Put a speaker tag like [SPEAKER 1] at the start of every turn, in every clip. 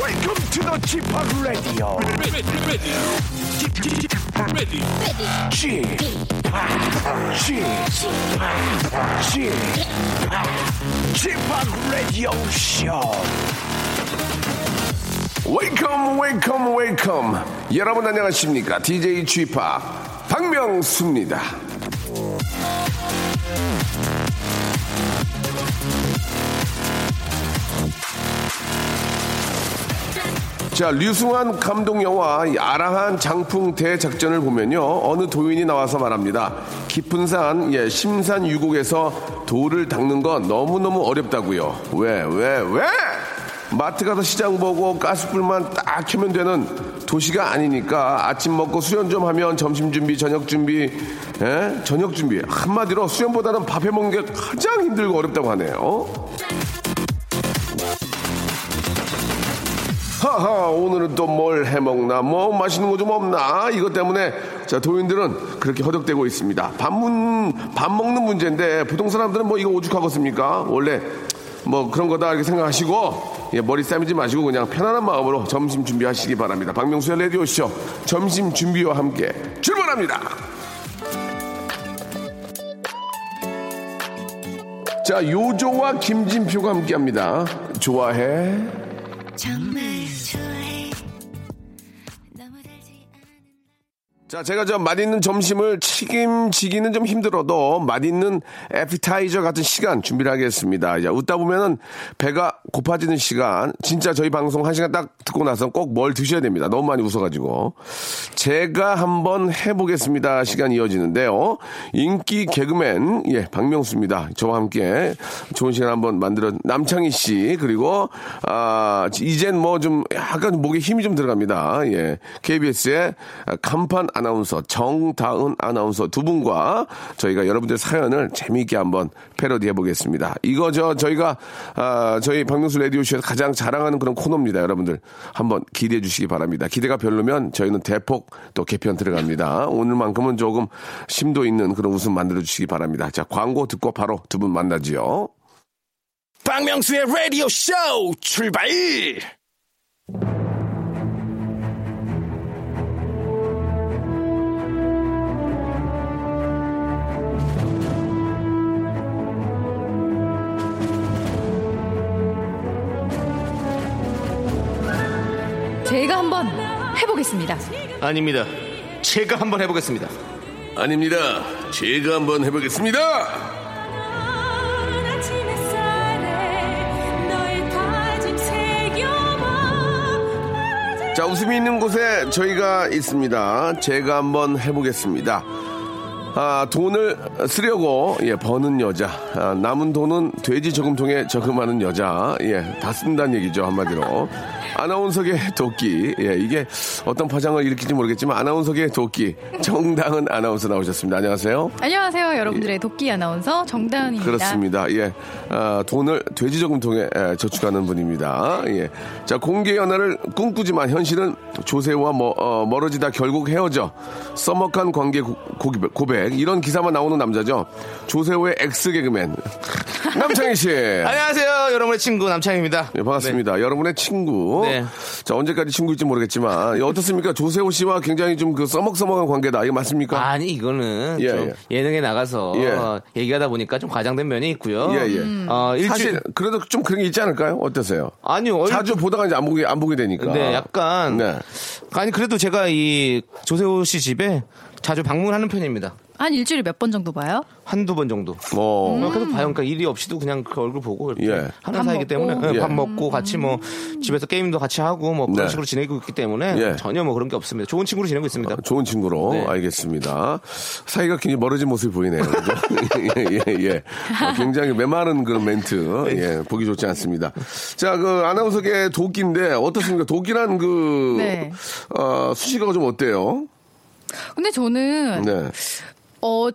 [SPEAKER 1] Welcome to the Chip Radio. Chip Chip Chip Radio Show.
[SPEAKER 2] 웨이컴 웨이컴 웨이컴 여러분 안녕하십니까 DJ g p 박명수입니다 자 류승환 감독 영화 이 아라한 장풍 대작전을 보면요 어느 도인이 나와서 말합니다 깊은 산 예, 심산 유곡에서 돌을 닦는 건 너무너무 어렵다고요 왜 왜, 왜? 마트 가서 시장 보고 가스불만 딱 켜면 되는 도시가 아니니까 아침 먹고 수련 좀 하면 점심 준비, 저녁 준비, 예? 저녁 준비. 한마디로 수련보다는 밥해 먹는 게 가장 힘들고 어렵다고 하네요. 하하 오늘은 또 뭘 해먹나 뭐 맛있는 거 좀 없나 이것 때문에 자 도인들은 그렇게 허덕대고 있습니다 밥문 밥 먹는 문제인데 보통 사람들은 뭐 이거 오죽하겠습니까 원래 뭐 그런 거다 이렇게 생각하시고 예, 머리 싸매지 마시고 그냥 편안한 마음으로 점심 준비하시기 바랍니다 박명수의 라디오쇼 점심 준비와 함께 출발합니다 자 요조와 김진표가 함께합니다 좋아해 자, 제가 저 맛있는 점심을 책임지기는 좀 힘들어도 맛있는 에피타이저 같은 시간 준비를 하겠습니다. 자, 웃다 보면은 배가 고파지는 시간. 진짜 저희 방송 한 시간 딱 듣고 나서 꼭 뭘 드셔야 됩니다. 너무 많이 웃어가지고. 제가 한번 해보겠습니다. 시간이 이어지는데요. 인기 개그맨, 예, 박명수입니다. 저와 함께 좋은 시간 한번 만들어, 남창희 씨, 그리고, 아, 이젠 뭐 좀 약간 목에 힘이 좀 들어갑니다. 예. KBS의 간판 아나운서 정다은 아나운서 두 분과 저희가 여러분들 사연을 재미있게 한번 패러디 해보겠습니다. 이거 저 저희가 아, 저희 박명수 라디오 쇼에서 가장 자랑하는 그런 코너입니다. 여러분들 한번 기대해 주시기 바랍니다. 기대가 별로면 저희는 대폭 또 개편 들어갑니다. 오늘만큼은 조금 심도 있는 그런 웃음 만들어 주시기 바랍니다. 자 광고 듣고 바로 두 분 만나지요.
[SPEAKER 1] 박명수의 Radio Show 출발.
[SPEAKER 3] 제가 한번 해보겠습니다.
[SPEAKER 4] 아닙니다. 제가 한번 해보겠습니다.
[SPEAKER 2] 아닙니다. 제가 한번 해보겠습니다. 자, 웃음이 있는 곳에 저희가 있습니다. 제가 한번 해보겠습니다. 아, 돈을 쓰려고, 예, 버는 여자. 아, 남은 돈은 돼지 저금통에 저금하는 여자. 예, 다 쓴다는 얘기죠, 한마디로. 아나운서계 도끼. 예, 이게 어떤 파장을 일으킬지 모르겠지만, 아나운서계 도끼. 정당은 아나운서 나오셨습니다. 안녕하세요.
[SPEAKER 5] 안녕하세요, 여러분들의 도끼 아나운서 정다은입니다.
[SPEAKER 2] 그렇습니다. 예. 아, 돈을 돼지 저금통에 예, 저축하는 분입니다. 예. 자, 공개 연애를 꿈꾸지만 현실은 조세와 머, 어, 멀어지다 결국 헤어져 써먹한 관계 고, 고기- 고백 이런 기사만 나오는 남자죠. 조세호의 엑스 개그맨 남창희 씨. 예,
[SPEAKER 4] 안녕하세요. 여러분의 친구 남창입니다.
[SPEAKER 2] 반갑습니다. 여러분의 친구.
[SPEAKER 4] 네.
[SPEAKER 2] 자, 언제까지 친구일지 모르겠지만, 예, 어떻습니까? 조세호 씨와 굉장히 좀 그 써먹써먹한 관계다. 이거 맞습니까?
[SPEAKER 4] 네. 아니 이거는
[SPEAKER 2] 예,
[SPEAKER 4] 좀 예능에 나가서
[SPEAKER 2] 예.
[SPEAKER 4] 어, 얘기하다 보니까 좀 과장된 면이 있고요.
[SPEAKER 2] 예, 예.
[SPEAKER 5] 음.
[SPEAKER 4] 어, 일주일
[SPEAKER 2] 사실, 그래도 좀 그런 게 있지 않을까요? 어떠세요?
[SPEAKER 4] 아니요. 얼-
[SPEAKER 2] 자주 보다가 이제 안 보게 안 보게 되니까.
[SPEAKER 4] 네, 약간
[SPEAKER 2] 네.
[SPEAKER 4] 아니 그래도 제가 이 조세호 씨 집에 자주 방문하는 편입니다.
[SPEAKER 5] 한 일주일에 몇 번 정도 봐요?
[SPEAKER 4] 한두 번 정도.
[SPEAKER 5] 음.
[SPEAKER 2] 어.
[SPEAKER 4] 뭐 계속 봐요. 그러니까 일이 없이도 그냥 그 얼굴 보고 이렇게
[SPEAKER 2] 예.
[SPEAKER 4] 하는
[SPEAKER 5] 밥 먹고.
[SPEAKER 4] 사이기
[SPEAKER 5] 음.
[SPEAKER 4] 때문에 네,
[SPEAKER 2] 예.
[SPEAKER 4] 밥 먹고 같이 뭐 집에서 게임도 같이 하고 뭐 그런
[SPEAKER 2] 네.
[SPEAKER 4] 식으로 지내고 있기 때문에
[SPEAKER 2] 예. 어,
[SPEAKER 4] 전혀 뭐 그런 게 없습니다. 좋은 친구로 지내고 있습니다.
[SPEAKER 2] 좋은 친구로
[SPEAKER 4] 네.
[SPEAKER 2] 알겠습니다. 사이가 굉장히 멀어진 모습이 보이네요. 그죠? 예, 예, 예. 어, 굉장히 메마른 그런 멘트.
[SPEAKER 5] 네.
[SPEAKER 2] 예, 보기 좋지 않습니다. 자, 그 아나운서계 도끼인데 어떻습니까? 도끼란 그,
[SPEAKER 5] 네.
[SPEAKER 2] 어, 수식어가 좀 어때요?
[SPEAKER 5] 근데 저는
[SPEAKER 2] 네.
[SPEAKER 5] 어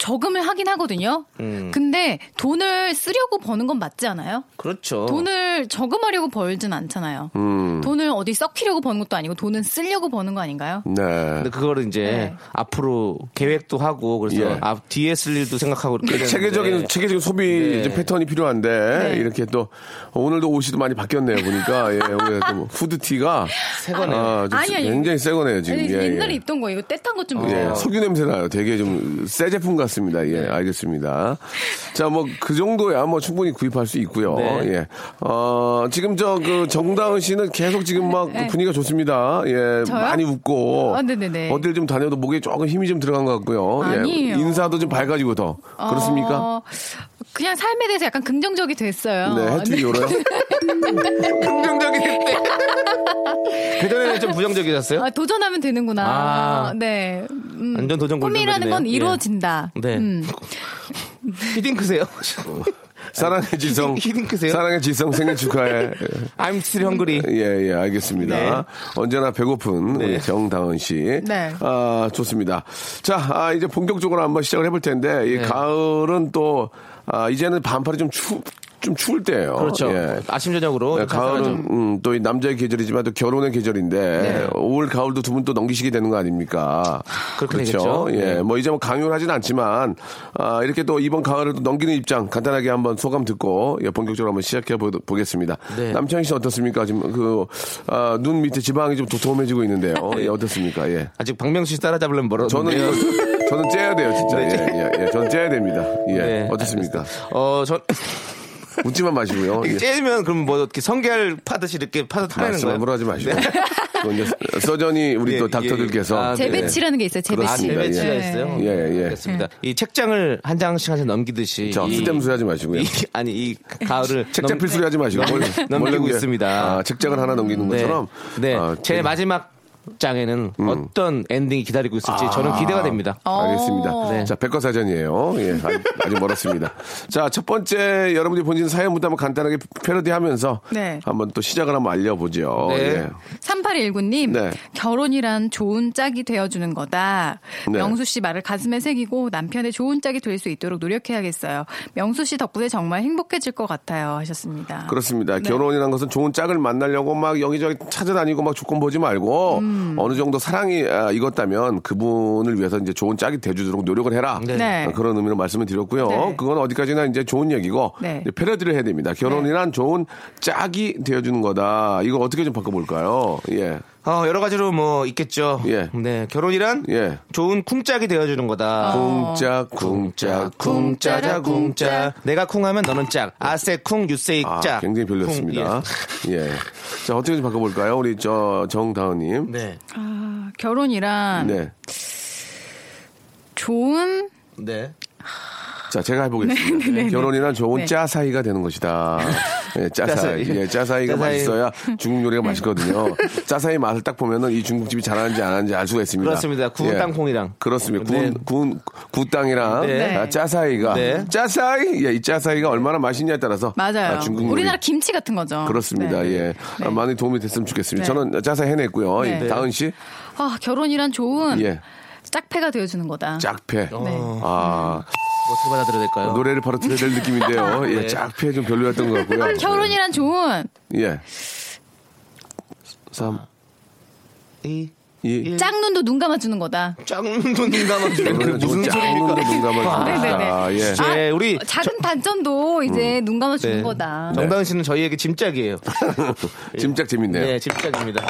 [SPEAKER 5] 저금을 하긴 하거든요.
[SPEAKER 4] 음.
[SPEAKER 5] 근데 돈을 쓰려고 버는 건 맞지 않아요?
[SPEAKER 4] 그렇죠.
[SPEAKER 2] 어.
[SPEAKER 5] 돈을 저금하려고 벌진 않잖아요.
[SPEAKER 2] 음.
[SPEAKER 5] 돈을 어디 썩히려고 버는 것도 아니고 돈은 쓰려고 버는 거 아닌가요?
[SPEAKER 2] 네.
[SPEAKER 4] 근데 그거를 이제
[SPEAKER 5] 네.
[SPEAKER 4] 앞으로 계획도 하고 그래서
[SPEAKER 2] 예. 그
[SPEAKER 4] 앞 뒤에 쓸 일도 생각하고 이렇게
[SPEAKER 2] 체계적인
[SPEAKER 4] 되는데
[SPEAKER 2] 체계적인 소비
[SPEAKER 5] 네.
[SPEAKER 2] 이제 패턴이 필요한데 이렇게 또 어, 오늘도 옷이도 많이 바뀌었네요 보니까 예, 오늘 좀 후드티가
[SPEAKER 4] 새 거네요.
[SPEAKER 2] 아, 좀
[SPEAKER 5] 아니, 아니.
[SPEAKER 2] 굉장히 새 거네요 지금
[SPEAKER 5] 아니,
[SPEAKER 2] 예, 예.
[SPEAKER 5] 옛날에 입던 거 이거 떼탄 것 좀 보세요.
[SPEAKER 2] 예, 석유 냄새 나요. 되게 좀 새 제품 같습니다. 예,
[SPEAKER 5] 네.
[SPEAKER 2] 알겠습니다. 자, 뭐 그 정도야 뭐 충분히 구입할 수 있고요.
[SPEAKER 4] 네.
[SPEAKER 2] 예, 어 지금 저 그 정다은 씨는 계속 지금 막 분위기가 좋습니다. 예,
[SPEAKER 5] 네. 저요?
[SPEAKER 2] 많이 웃고
[SPEAKER 5] 아, 네네네.
[SPEAKER 2] 어딜 좀 다녀도 목에 조금 힘이 좀 들어간 것 같고요.
[SPEAKER 5] 아니에요.
[SPEAKER 2] 예, 인사도 좀 밝아지고 더 그렇습니까?
[SPEAKER 5] 어, 그냥 삶에 대해서 약간 긍정적이 됐어요. 아,
[SPEAKER 2] 네, 해투기 열어요.
[SPEAKER 4] 긍정적인 때. 그전에는 좀 부정적이셨어요?
[SPEAKER 5] 아, 도전하면 되는구나.
[SPEAKER 4] 아.
[SPEAKER 5] 네. 음,
[SPEAKER 4] 완전 도전
[SPEAKER 5] 꿈이라는 건
[SPEAKER 4] 골든벨이네요. 예.
[SPEAKER 5] 이루어진다.
[SPEAKER 4] 네. 히딩크세요?
[SPEAKER 2] 사랑의 지성,
[SPEAKER 4] 히딩크세요?
[SPEAKER 2] 사랑의 지성 생일 축하해.
[SPEAKER 4] I'm still hungry.
[SPEAKER 2] 예, 예, 알겠습니다.
[SPEAKER 4] 네.
[SPEAKER 2] 언제나 배고픈 우리 정다은 씨.
[SPEAKER 5] 네.
[SPEAKER 2] 아, 좋습니다. 자, 아, 이제 본격적으로 한번 시작을 해볼 텐데, 이
[SPEAKER 4] 네.
[SPEAKER 2] 가을은 또, 아, 이제는 반팔이 좀 추, 좀 추울 때예요
[SPEAKER 4] 그렇죠.
[SPEAKER 2] 예.
[SPEAKER 4] 아침 저녁으로
[SPEAKER 2] 네,
[SPEAKER 4] 어, 가을은
[SPEAKER 2] 가을은 음, 또 이 남자의 계절이지만 또 결혼의 계절인데 올 가을도 두 분 또 넘기시게 되는 거 아닙니까?
[SPEAKER 4] 네. 그렇게
[SPEAKER 2] 그렇죠.
[SPEAKER 4] 되겠죠.
[SPEAKER 2] 예,
[SPEAKER 4] 네.
[SPEAKER 2] 뭐 이제 뭐 강요를 하진 않지만 아, 이렇게 또 이번 가을을 또 넘기는 입장 간단하게 한번 소감 듣고 예, 본격적으로 한번 시작해 보, 겠습니다
[SPEAKER 4] 네.
[SPEAKER 2] 남창희 씨 어떻습니까? 지금 그 눈 밑에 지방이 좀 도톰해지고 있는데요. 예, 어떻습니까? 예.
[SPEAKER 4] 아직 박명수 씨 따라잡으려면 멀어. 네.
[SPEAKER 2] 저는 이거- 저는 째야 돼요, 진짜. 예, 예, 예. 저는 째야 됩니다. 예.
[SPEAKER 4] 네,
[SPEAKER 2] 어떻습니까?
[SPEAKER 4] 어, 전
[SPEAKER 2] 웃지만 마시고요. 예. 아,
[SPEAKER 4] 째면 그럼 뭐 이렇게 성게알 파듯이 이렇게 파서 타는 거예요. 네.
[SPEAKER 2] 말씀함으로 하지 마시고. 그건 이제 서전이 우리
[SPEAKER 4] 예,
[SPEAKER 2] 또
[SPEAKER 4] 예,
[SPEAKER 2] 닥터들께서
[SPEAKER 4] 예. 아, 네.
[SPEAKER 5] 재배치라는 게 있어요.
[SPEAKER 4] 아,
[SPEAKER 5] 재배치.
[SPEAKER 2] 그렇습니다.
[SPEAKER 4] 재배치가
[SPEAKER 5] 예.
[SPEAKER 4] 있어요.
[SPEAKER 2] 예, 예.
[SPEAKER 4] 알겠습니다. 이 책장을 한 장씩 한 장 넘기듯이
[SPEAKER 2] 저
[SPEAKER 4] 이-
[SPEAKER 2] 쓰댐소리 하지 마시고요.
[SPEAKER 4] 이- 아니 이 가을을
[SPEAKER 2] 책장
[SPEAKER 4] 예. 넘-
[SPEAKER 2] 필수리 하지 마시고
[SPEAKER 4] 넘-
[SPEAKER 2] 원래- 원래
[SPEAKER 4] 넘기고
[SPEAKER 2] 그게,
[SPEAKER 4] 있습니다.
[SPEAKER 2] 아, 책장을 하나 넘기는
[SPEAKER 4] 네.
[SPEAKER 2] 것처럼.
[SPEAKER 4] 네.
[SPEAKER 2] 아, 음.
[SPEAKER 4] 제 마지막 장에는 어떤 엔딩이 기다리고 있을지
[SPEAKER 2] 아.
[SPEAKER 4] 저는 기대가 됩니다.
[SPEAKER 2] 어. 알겠습니다.
[SPEAKER 5] 어.
[SPEAKER 4] 네.
[SPEAKER 2] 자, 백과사전이에요. 예, 아직, 아직 멀었습니다. 자, 첫 번째 여러분이 본인 사연부터 한번 간단하게 패러디하면서
[SPEAKER 5] 네.
[SPEAKER 2] 한번 또 시작을 한번 알려보죠.
[SPEAKER 4] 네.
[SPEAKER 2] 예.
[SPEAKER 5] 3819님,
[SPEAKER 2] 네.
[SPEAKER 5] 결혼이란 좋은 짝이 되어주는 거다.
[SPEAKER 2] 네.
[SPEAKER 5] 명수 씨 말을 가슴에 새기고 남편의 좋은 짝이 될 수 있도록 노력해야겠어요. 명수 씨 덕분에 정말 행복해질 것 같아요. 하셨습니다.
[SPEAKER 2] 그렇습니다. 결혼이라는 것은 좋은 짝을 만나려고 막 여기저기 찾아다니고 막 조건 보지 말고 어느 정도 사랑이 아, 익었다면 그분을 위해서 이제 좋은 짝이 돼주도록 노력을 해라.
[SPEAKER 4] 네.
[SPEAKER 5] 네.
[SPEAKER 2] 아, 그런 의미로 말씀을 드렸고요.
[SPEAKER 5] 네.
[SPEAKER 2] 그건 어디까지나 이제 좋은 얘기고
[SPEAKER 5] 네.
[SPEAKER 2] 이제 패러디를 해야 됩니다. 결혼이란 좋은 짝이 되어주는 거다. 이걸 어떻게 좀 바꿔볼까요? 예,
[SPEAKER 4] 어, 여러 가지로 뭐 있겠죠.
[SPEAKER 2] 예.
[SPEAKER 4] 네. 결혼이란
[SPEAKER 2] 예.
[SPEAKER 4] 좋은 쿵짝이 되어주는 거다.
[SPEAKER 2] 쿵짝 쿵짝
[SPEAKER 4] 쿵짜자 쿵짜 내가 쿵하면 너는 짝 아세 쿵 유세이
[SPEAKER 2] 아,
[SPEAKER 4] 짝
[SPEAKER 2] 굉장히 별로였습니다. 예. 자, 어떻게 좀 바꿔볼까요? 우리 저 정다은님.
[SPEAKER 4] 쿵, 예. 네.
[SPEAKER 5] 아, 결혼이란
[SPEAKER 2] 네.
[SPEAKER 5] 좋은
[SPEAKER 4] 네.
[SPEAKER 2] 자, 제가 해보겠습니다. 결혼이란 좋은
[SPEAKER 5] 네.
[SPEAKER 2] 짜사이가 되는 것이다. 예, 짜사이.
[SPEAKER 4] 짜사이.
[SPEAKER 2] 예, 짜사이가
[SPEAKER 4] 짜사이.
[SPEAKER 2] 맛있어야 중국 요리가
[SPEAKER 5] 네.
[SPEAKER 2] 맛있거든요. 짜사이 맛을 딱 보면은 이 중국집이 잘하는지 안 하는지 알 수가 있습니다. 예.
[SPEAKER 4] 그렇습니다. 구운 땅콩이랑.
[SPEAKER 2] 그렇습니다. 구운,
[SPEAKER 4] 네.
[SPEAKER 2] 구운, 구땅이랑
[SPEAKER 4] 네.
[SPEAKER 2] 아, 짜사이가.
[SPEAKER 4] 네.
[SPEAKER 2] 짜사이! 예, 이 짜사이가 얼마나 맛있냐에 따라서.
[SPEAKER 5] 맞아요.
[SPEAKER 2] 아, 중국 요리.
[SPEAKER 5] 우리나라 김치 같은 거죠.
[SPEAKER 2] 그렇습니다.
[SPEAKER 5] 네.
[SPEAKER 2] 예. 아,
[SPEAKER 5] 네.
[SPEAKER 2] 많이 도움이 됐으면 좋겠습니다.
[SPEAKER 5] 네.
[SPEAKER 2] 저는 짜사이 해냈고요. 이
[SPEAKER 5] 네.
[SPEAKER 2] 다은 씨,
[SPEAKER 5] 아, 결혼이란 좋은
[SPEAKER 2] 예.
[SPEAKER 5] 짝패가 되어주는 거다.
[SPEAKER 2] 짝패.
[SPEAKER 5] 네.
[SPEAKER 2] 아,
[SPEAKER 4] 어떻게 받아들여야 될까요?
[SPEAKER 2] 노래를 바로 들어야 될 느낌인데요. 예,
[SPEAKER 4] 네.
[SPEAKER 2] 짝패 좀 별로였던 것 같고요.
[SPEAKER 5] 아, 결혼이란 좋은
[SPEAKER 2] 예. 3,
[SPEAKER 4] 이
[SPEAKER 2] 2,
[SPEAKER 5] 짝눈도 눈 감아주는 거다.
[SPEAKER 4] 짱눈 감아주는 그 무슨
[SPEAKER 2] 짝눈도
[SPEAKER 4] 소리입니까?
[SPEAKER 2] 눈 감아줍니다. 예.
[SPEAKER 4] 아, 예, 우리
[SPEAKER 5] 작은 단점도
[SPEAKER 2] 음.
[SPEAKER 5] 이제 눈 감아주는
[SPEAKER 4] 네.
[SPEAKER 5] 거다.
[SPEAKER 4] 정다은 씨는 저희에게 짐짝이에요.
[SPEAKER 2] 짐짝 재밌네요. 예.
[SPEAKER 4] 네, 짐짝입니다.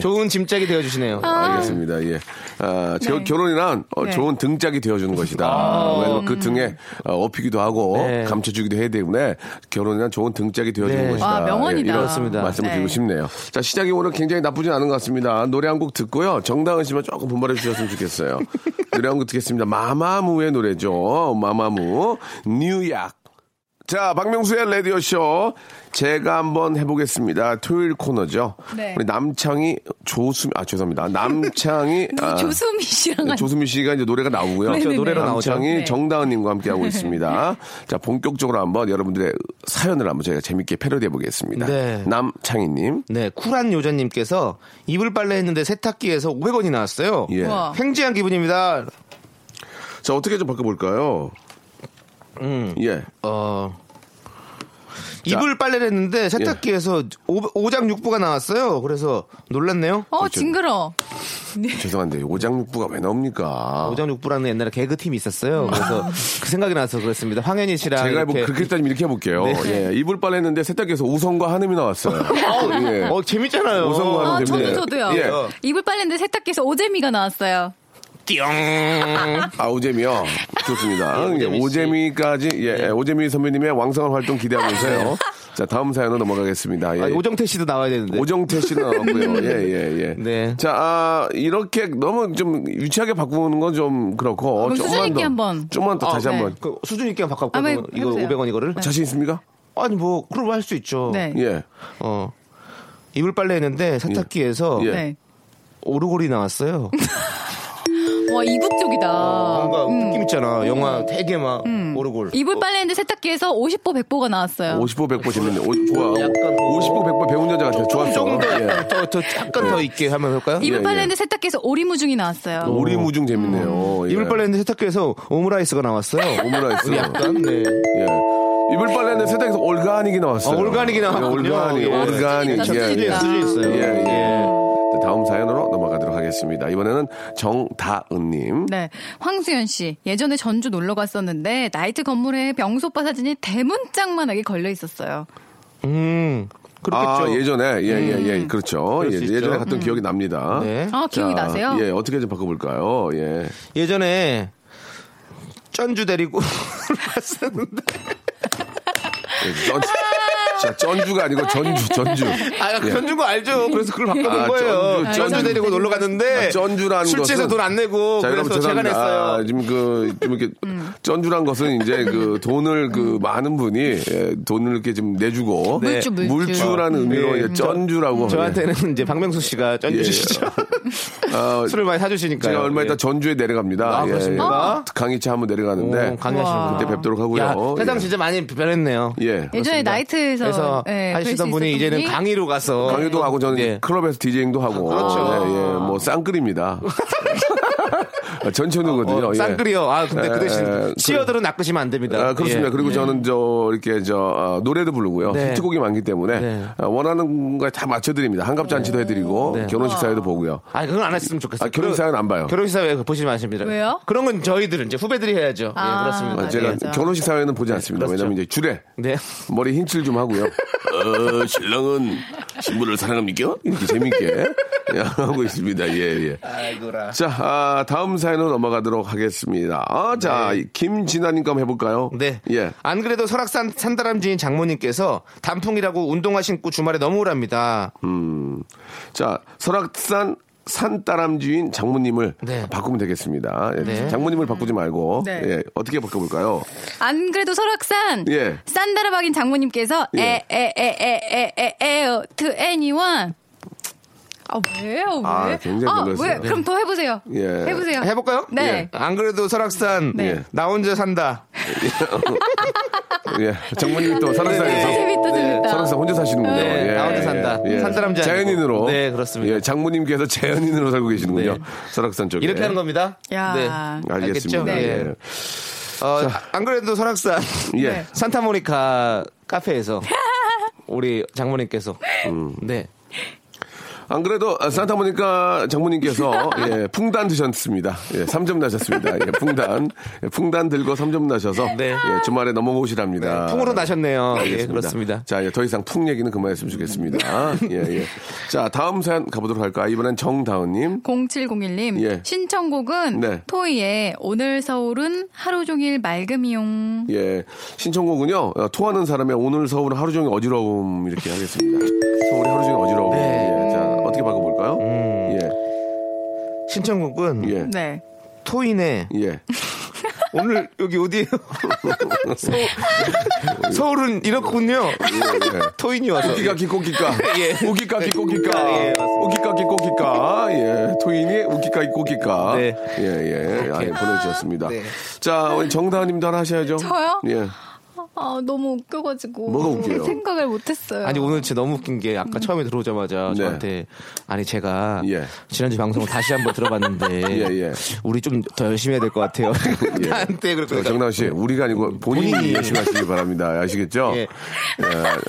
[SPEAKER 4] 좋은 짐짝이 되어주시네요.
[SPEAKER 2] 알겠습니다. 예. 아, 제-
[SPEAKER 5] 아. 네.
[SPEAKER 2] 결혼이란 어,
[SPEAKER 5] 네. 아.
[SPEAKER 2] 좋은 등짝이 되어주는 것이다. 왜냐면 그 등에 어, 업히기도 하고
[SPEAKER 4] 네.
[SPEAKER 2] 감춰주기도 해야 되기 때문에 결혼이란 좋은 등짝이 되어주는
[SPEAKER 4] 네.
[SPEAKER 2] 것이다. 예,
[SPEAKER 5] 아, 명언이다.
[SPEAKER 2] 이런
[SPEAKER 4] 그렇습니다.
[SPEAKER 2] 말씀을
[SPEAKER 5] 네.
[SPEAKER 2] 드리고 싶네요. 자, 시작이 오늘 굉장히 나쁘진 않은 것 같습니다. 노래 한 곡 듣고요. 정다은 씨만 조금 분발해 주셨으면 좋겠어요. 노래 한 곡 듣겠습니다. 마마무의 노래죠. 마마무. 뉴약. 자, 박명수의 라디오쇼. 제가 한번 해보겠습니다. 토요일 코너죠.
[SPEAKER 5] 네.
[SPEAKER 2] 우리 남창이 조수, 아, 죄송합니다. 남창이. 아,
[SPEAKER 5] 조수미 씨랑
[SPEAKER 2] 네, 조수미 씨가 이제 노래가 나오고요.
[SPEAKER 5] 그렇죠, 네네네.
[SPEAKER 4] 노래로 나오죠.
[SPEAKER 2] 남창이
[SPEAKER 5] 네.
[SPEAKER 2] 정다은님과 함께하고 있습니다. 자, 본격적으로 한번 여러분들의 사연을 한번 저희가 재밌게 패러디해 보겠습니다.
[SPEAKER 4] 네.
[SPEAKER 2] 남창희님.
[SPEAKER 4] 네, 쿨한 요자님께서 이불 빨래 했는데 세탁기에서 500원이 나왔어요.
[SPEAKER 2] 예.
[SPEAKER 5] 우와.
[SPEAKER 4] 횡재한 기분입니다.
[SPEAKER 2] 자, 어떻게 좀 바꿔볼까요?
[SPEAKER 4] 음,
[SPEAKER 2] 예.
[SPEAKER 4] 어. 이불 빨래를
[SPEAKER 2] 예.
[SPEAKER 4] 했는데 세탁기에서 오 5장 6부가 나왔어요. 그래서 놀랐네요.
[SPEAKER 5] 어 징그러.
[SPEAKER 2] 죄송한데, 오장육부가 왜 나옵니까?
[SPEAKER 4] 5장 6부라는 옛날에 개그팀이 있었어요. 그래서 그 생각이 나서 그랬습니다. 황현희 씨랑
[SPEAKER 2] 제가 뭐
[SPEAKER 4] 이렇게
[SPEAKER 2] 그렇게 따지면 이렇게 해볼게요.
[SPEAKER 5] 네.
[SPEAKER 2] 예, 이불 빨랬는데 세탁기에서 우성과 한음이 나왔어요. 예.
[SPEAKER 4] 어, 재밌잖아요.
[SPEAKER 2] 오성과
[SPEAKER 5] 아
[SPEAKER 2] 한음
[SPEAKER 5] 저도
[SPEAKER 2] 재밌네요.
[SPEAKER 5] 저도요.
[SPEAKER 2] 예.
[SPEAKER 5] 이불 빨래인데 세탁기에서 오재미가 나왔어요.
[SPEAKER 4] 띠용.
[SPEAKER 2] 아, 오재미요? 좋습니다. 예,
[SPEAKER 4] 오재미 씨.
[SPEAKER 2] 오재미까지, 예, 오재미 선배님의 왕성한 활동
[SPEAKER 5] 네.
[SPEAKER 2] 기대하면서요. 자, 다음 사연으로 넘어가겠습니다. 예.
[SPEAKER 4] 아니, 오정태 씨도 나와야
[SPEAKER 5] 네.
[SPEAKER 4] 되는데.
[SPEAKER 2] 오정태 씨는 나왔고요. 예, 예, 예.
[SPEAKER 4] 네.
[SPEAKER 2] 자, 아, 이렇게 너무 좀 유치하게 바꾸는 건 좀 그렇고.
[SPEAKER 5] 그럼
[SPEAKER 2] 조금만
[SPEAKER 5] 수준 있게
[SPEAKER 2] 더,
[SPEAKER 5] 한번.
[SPEAKER 2] 좀만 더
[SPEAKER 4] 아,
[SPEAKER 2] 다시
[SPEAKER 5] 네.
[SPEAKER 2] 한번.
[SPEAKER 4] 그 수준 있게 바꿔고
[SPEAKER 5] 아, 왜
[SPEAKER 4] 이거
[SPEAKER 5] 해보세요.
[SPEAKER 4] 500원 이거를.
[SPEAKER 2] 자신 있습니까?
[SPEAKER 4] 아니 뭐 그럼 할 수 있죠.
[SPEAKER 5] 네.
[SPEAKER 2] 예.
[SPEAKER 4] 어. 이불 빨래 했는데 세탁기에서
[SPEAKER 2] 예.
[SPEAKER 5] 네.
[SPEAKER 4] 오르골이 나왔어요.
[SPEAKER 5] 와
[SPEAKER 2] 아, 음.
[SPEAKER 5] 이국적이다.
[SPEAKER 4] 어,
[SPEAKER 5] 음.
[SPEAKER 4] 뭔가 음. 어. 느낌 있잖아. 영화 되게 막 오르골.
[SPEAKER 5] 이불 빨래인데 세탁기에서 50보 100보가 나왔어요.
[SPEAKER 2] 55, 100보 재밌네. 오, 좋아.
[SPEAKER 4] 약간 더-
[SPEAKER 2] 55, 100보 배운 여자 같아요. 좋았어.
[SPEAKER 4] 조금 더
[SPEAKER 2] 예.
[SPEAKER 4] 약간 더, 더 약간 더 있게 하면 볼까요?
[SPEAKER 5] 이불
[SPEAKER 2] 예,
[SPEAKER 5] 빨래인데 세탁기에서 오리무중이 나왔어요.
[SPEAKER 2] 오리무중 재밌네요. 예.
[SPEAKER 4] 음. 이불 빨래 했는데 세탁기에서 오므라이스가 나왔어요.
[SPEAKER 2] 오므라이스.
[SPEAKER 4] 약간 네.
[SPEAKER 2] 예. 이불 빨래는 세탁에서 올가닉이 나왔어요.
[SPEAKER 4] 아, 올가닉이 나왔군요.
[SPEAKER 2] 예, 올가닉,
[SPEAKER 4] 예.
[SPEAKER 2] 올가닉.
[SPEAKER 5] 수준이
[SPEAKER 2] 예,
[SPEAKER 5] 있다,
[SPEAKER 2] 예.
[SPEAKER 5] 수준이
[SPEAKER 4] 수준 있어요.
[SPEAKER 2] 예, 예.
[SPEAKER 4] 예.
[SPEAKER 2] 다음 사연으로 넘어가도록 하겠습니다. 이번에는 정다은님.
[SPEAKER 5] 네. 황수연 씨. 예전에 전주 놀러 갔었는데 나이트 건물에 병수 오빠 사진이 대문짝만하게 걸려 있었어요.
[SPEAKER 4] 음. 그렇겠죠. 음.
[SPEAKER 2] 아, 예전에, 예, 예, 예, 그렇죠.
[SPEAKER 4] 그럴
[SPEAKER 2] 예,
[SPEAKER 4] 수 있죠. 음.
[SPEAKER 2] 예전에 갔던 기억이 납니다.
[SPEAKER 4] 네.
[SPEAKER 5] 아, 기억이
[SPEAKER 2] 자,
[SPEAKER 5] 나세요?
[SPEAKER 2] 예, 어떻게 좀 바꿔볼까요? 예.
[SPEAKER 4] 예전에 전주 데리고 갔었는데
[SPEAKER 2] 예, 전, 자, 전주가 아니고 전주, 전주.
[SPEAKER 4] 아,
[SPEAKER 2] 예.
[SPEAKER 4] 전주인 거 알죠. 그래서 그걸 바꿔본
[SPEAKER 2] 아,
[SPEAKER 4] 거예요.
[SPEAKER 2] 전주,
[SPEAKER 4] 전주,
[SPEAKER 2] 전주.
[SPEAKER 4] 데리고 놀러 갔는데
[SPEAKER 2] 아, 전주라는
[SPEAKER 4] 술 취해서
[SPEAKER 2] 것은-
[SPEAKER 4] 돈 안 내고
[SPEAKER 2] 자,
[SPEAKER 4] 그래서
[SPEAKER 2] 여러분
[SPEAKER 4] 제가
[SPEAKER 2] 죄송합니다.
[SPEAKER 4] 냈어요. 음.
[SPEAKER 2] 아, 지금 그, 좀 이렇게, 전주란 것은 이제 그 돈을 그 많은 분이 예, 돈을 이렇게 좀 내주고.
[SPEAKER 5] 네. 물주, 물주.
[SPEAKER 2] 라는 의미로
[SPEAKER 4] 네.
[SPEAKER 2] 이제 전주라고.
[SPEAKER 4] 저한테는 이제 박명수 씨가
[SPEAKER 2] 예.
[SPEAKER 4] 전주시죠.
[SPEAKER 2] 아,
[SPEAKER 4] 술을 많이 예. 사주시니까.
[SPEAKER 2] 제가 얼마 있다 전주에 내려갑니다. 예,
[SPEAKER 4] 아, 그렇습니까?
[SPEAKER 2] 강의차 한번 내려가는데.
[SPEAKER 4] 강의하시는
[SPEAKER 2] 그때 뵙도록 하고요.
[SPEAKER 4] 야, 세상
[SPEAKER 2] 예.
[SPEAKER 4] 진짜 많이 변했네요.
[SPEAKER 2] 예.
[SPEAKER 5] 예전에 나이트에서
[SPEAKER 4] 그래서
[SPEAKER 5] 예,
[SPEAKER 4] 하시던
[SPEAKER 5] 그럴 수
[SPEAKER 4] 분이
[SPEAKER 5] 있었던
[SPEAKER 4] 이제는 강의로 가서
[SPEAKER 2] 강의도 하고 저는
[SPEAKER 4] 예.
[SPEAKER 2] 클럽에서 디제잉도 하고.
[SPEAKER 4] 그렇죠.
[SPEAKER 2] 예, 예. 뭐 쌍끌입니다. 아, 전천후거든요.
[SPEAKER 4] 어, 쌍끌이요. 아 근데
[SPEAKER 2] 예,
[SPEAKER 4] 그 대신
[SPEAKER 2] 예.
[SPEAKER 4] 치어들은 낚으시면 안 됩니다.
[SPEAKER 2] 아, 그렇습니다.
[SPEAKER 4] 예.
[SPEAKER 2] 그리고 저는 저 이렇게 저 어, 노래도 부르고요.
[SPEAKER 4] 네.
[SPEAKER 2] 히트곡이 많기 때문에
[SPEAKER 4] 네.
[SPEAKER 2] 어, 원하는 거 다 맞춰드립니다. 한갑잔치도 해드리고
[SPEAKER 4] 네.
[SPEAKER 2] 결혼식 사회도 보고요.
[SPEAKER 4] 아 그건 안 했으면 좋겠어요.
[SPEAKER 2] 아, 결혼식 사회는 안 봐요.
[SPEAKER 4] 결혼식 사회 보시면 아십니다.
[SPEAKER 5] 왜요?
[SPEAKER 4] 그런 건 저희들은 이제 후배들이 해야죠.
[SPEAKER 5] 아,
[SPEAKER 4] 예, 그렇습니다.
[SPEAKER 2] 아, 네. 제가
[SPEAKER 5] 맞아요.
[SPEAKER 2] 결혼식 사회는 보지 않습니다. 왜냐면 이제 줄에
[SPEAKER 4] 네.
[SPEAKER 2] 머리 흰칠 좀 하고요. 어, 신랑은 신부를 사랑합니까? 이렇게 재밌게 예, 하고 있습니다. 예, 예.
[SPEAKER 4] 아이고라.
[SPEAKER 2] 자, 아, 다음 사연으로 넘어가도록 하겠습니다. 아, 자, 김진아님 거 한번 해볼까요?
[SPEAKER 4] 네.
[SPEAKER 2] 예.
[SPEAKER 4] 안 그래도 설악산 산다람쥐인 장모님께서 단풍이라고 운동화 신고 주말에 너무 오랍니다.
[SPEAKER 5] 음.
[SPEAKER 2] 자, 설악산 산다람쥐인 장모님을
[SPEAKER 4] 네.
[SPEAKER 2] 바꾸면 되겠습니다. 예,
[SPEAKER 4] 네.
[SPEAKER 2] 장모님을 바꾸지 말고
[SPEAKER 5] 네.
[SPEAKER 2] 예, 어떻게 바꿔볼까요?
[SPEAKER 5] 안 그래도 설악산
[SPEAKER 2] 예.
[SPEAKER 5] 산다라박인 장모님께서
[SPEAKER 2] 예.
[SPEAKER 5] 에에에에에에에에어 to anyone 아 왜요 왜?
[SPEAKER 2] 아, 굉장히
[SPEAKER 5] 아,
[SPEAKER 2] 놀랐어요.
[SPEAKER 5] 왜? 그럼 더 해보세요.
[SPEAKER 2] 예.
[SPEAKER 5] 해보세요.
[SPEAKER 4] 해볼까요? 예.
[SPEAKER 5] 네.
[SPEAKER 4] 안 그래도 설악산
[SPEAKER 2] 네.
[SPEAKER 4] 나 혼자 산다.
[SPEAKER 2] 예, 장모님이 또 설악산에서
[SPEAKER 4] 네.
[SPEAKER 5] 재밌다 재밌다.
[SPEAKER 2] 설악산 혼자 사시는군요.
[SPEAKER 4] 네,
[SPEAKER 2] 예,
[SPEAKER 4] 나 혼자 산다. 산사람쥐 아니고.
[SPEAKER 2] 자연인으로.
[SPEAKER 4] 네, 그렇습니다.
[SPEAKER 2] 예, 장모님께서 자연인으로 살고 계시는군요.
[SPEAKER 4] 네.
[SPEAKER 2] 설악산 쪽에.
[SPEAKER 4] 이렇게 하는 겁니다.
[SPEAKER 5] 야.
[SPEAKER 2] 알겠습니다.
[SPEAKER 4] 예. 네. 알겠죠? 네.
[SPEAKER 2] 예.
[SPEAKER 4] 어, 안 그래도 설악산
[SPEAKER 2] 예. 음.
[SPEAKER 4] 산타모니카 카페에서 우리 장모님께서 네.
[SPEAKER 2] 안 그래도 산타 보니까 장모님께서 예, 풍단 드셨습니다. 예, 3점 나셨습니다. 예, 풍단. 예, 풍단 들고 3점 나셔서
[SPEAKER 4] 네.
[SPEAKER 2] 예, 주말에 넘어오시랍니다.
[SPEAKER 4] 통으로 나셨네요.
[SPEAKER 2] 아. 알겠습니다.
[SPEAKER 4] 예, 그렇습니다.
[SPEAKER 2] 자, 예, 더 이상 풍 얘기는 그만했으면 좋겠습니다. 예, 예. 자, 다음 사연 가보도록 할까? 이번엔 정다은님.
[SPEAKER 5] 0701님
[SPEAKER 2] 예.
[SPEAKER 5] 신청곡은
[SPEAKER 2] 네.
[SPEAKER 5] 토이의 오늘 서울은 하루 종일 맑음이용
[SPEAKER 2] 예, 신청곡은요, 어, 토하는 사람의 오늘 서울 하루 종일 어지러움 이렇게 하겠습니다. 서울이 하루 종일 어지러움.
[SPEAKER 4] 네.
[SPEAKER 2] 예, 자, 어떻게 바꿔볼까요?
[SPEAKER 4] 음.
[SPEAKER 2] 예,
[SPEAKER 4] 신청곡은
[SPEAKER 2] 예,
[SPEAKER 5] 네.
[SPEAKER 4] 토이네.
[SPEAKER 2] 예.
[SPEAKER 4] 오늘 여기 어디에요? 서울, 서울은 이렇군요.
[SPEAKER 2] 예, 예.
[SPEAKER 4] 토인이 와서.
[SPEAKER 2] 우기까 기꼬기까
[SPEAKER 4] 예.
[SPEAKER 2] 우기까
[SPEAKER 4] 예,
[SPEAKER 2] 기꼬기까
[SPEAKER 4] 맞습니다.
[SPEAKER 2] 우기까 기꼬기까 예 토인이 우기까 기꼬기까
[SPEAKER 4] 네.
[SPEAKER 2] 예예 아, 예, 보내주셨습니다
[SPEAKER 4] 네.
[SPEAKER 2] 자 우리 정다은님도 하나 하셔야죠
[SPEAKER 5] 저요?
[SPEAKER 2] 예
[SPEAKER 5] 아, 너무 웃겨가지고
[SPEAKER 2] 뭐가 웃겨요?
[SPEAKER 5] 생각을 못했어요.
[SPEAKER 4] 아니 오늘 진짜 너무 웃긴 게 아까 처음에 들어오자마자
[SPEAKER 2] 네.
[SPEAKER 4] 저한테 아니 제가
[SPEAKER 2] 예.
[SPEAKER 4] 지난주 방송을 다시 한번 들어봤는데
[SPEAKER 2] 예, 예.
[SPEAKER 4] 우리 좀 더 열심히 해야 될 것 같아요. 나한테 그렇게
[SPEAKER 2] 저, 정다은 씨 우리가 아니고 본인이
[SPEAKER 4] 네, 본인이.
[SPEAKER 2] 열심히 하시길 바랍니다 아시겠죠
[SPEAKER 4] 예.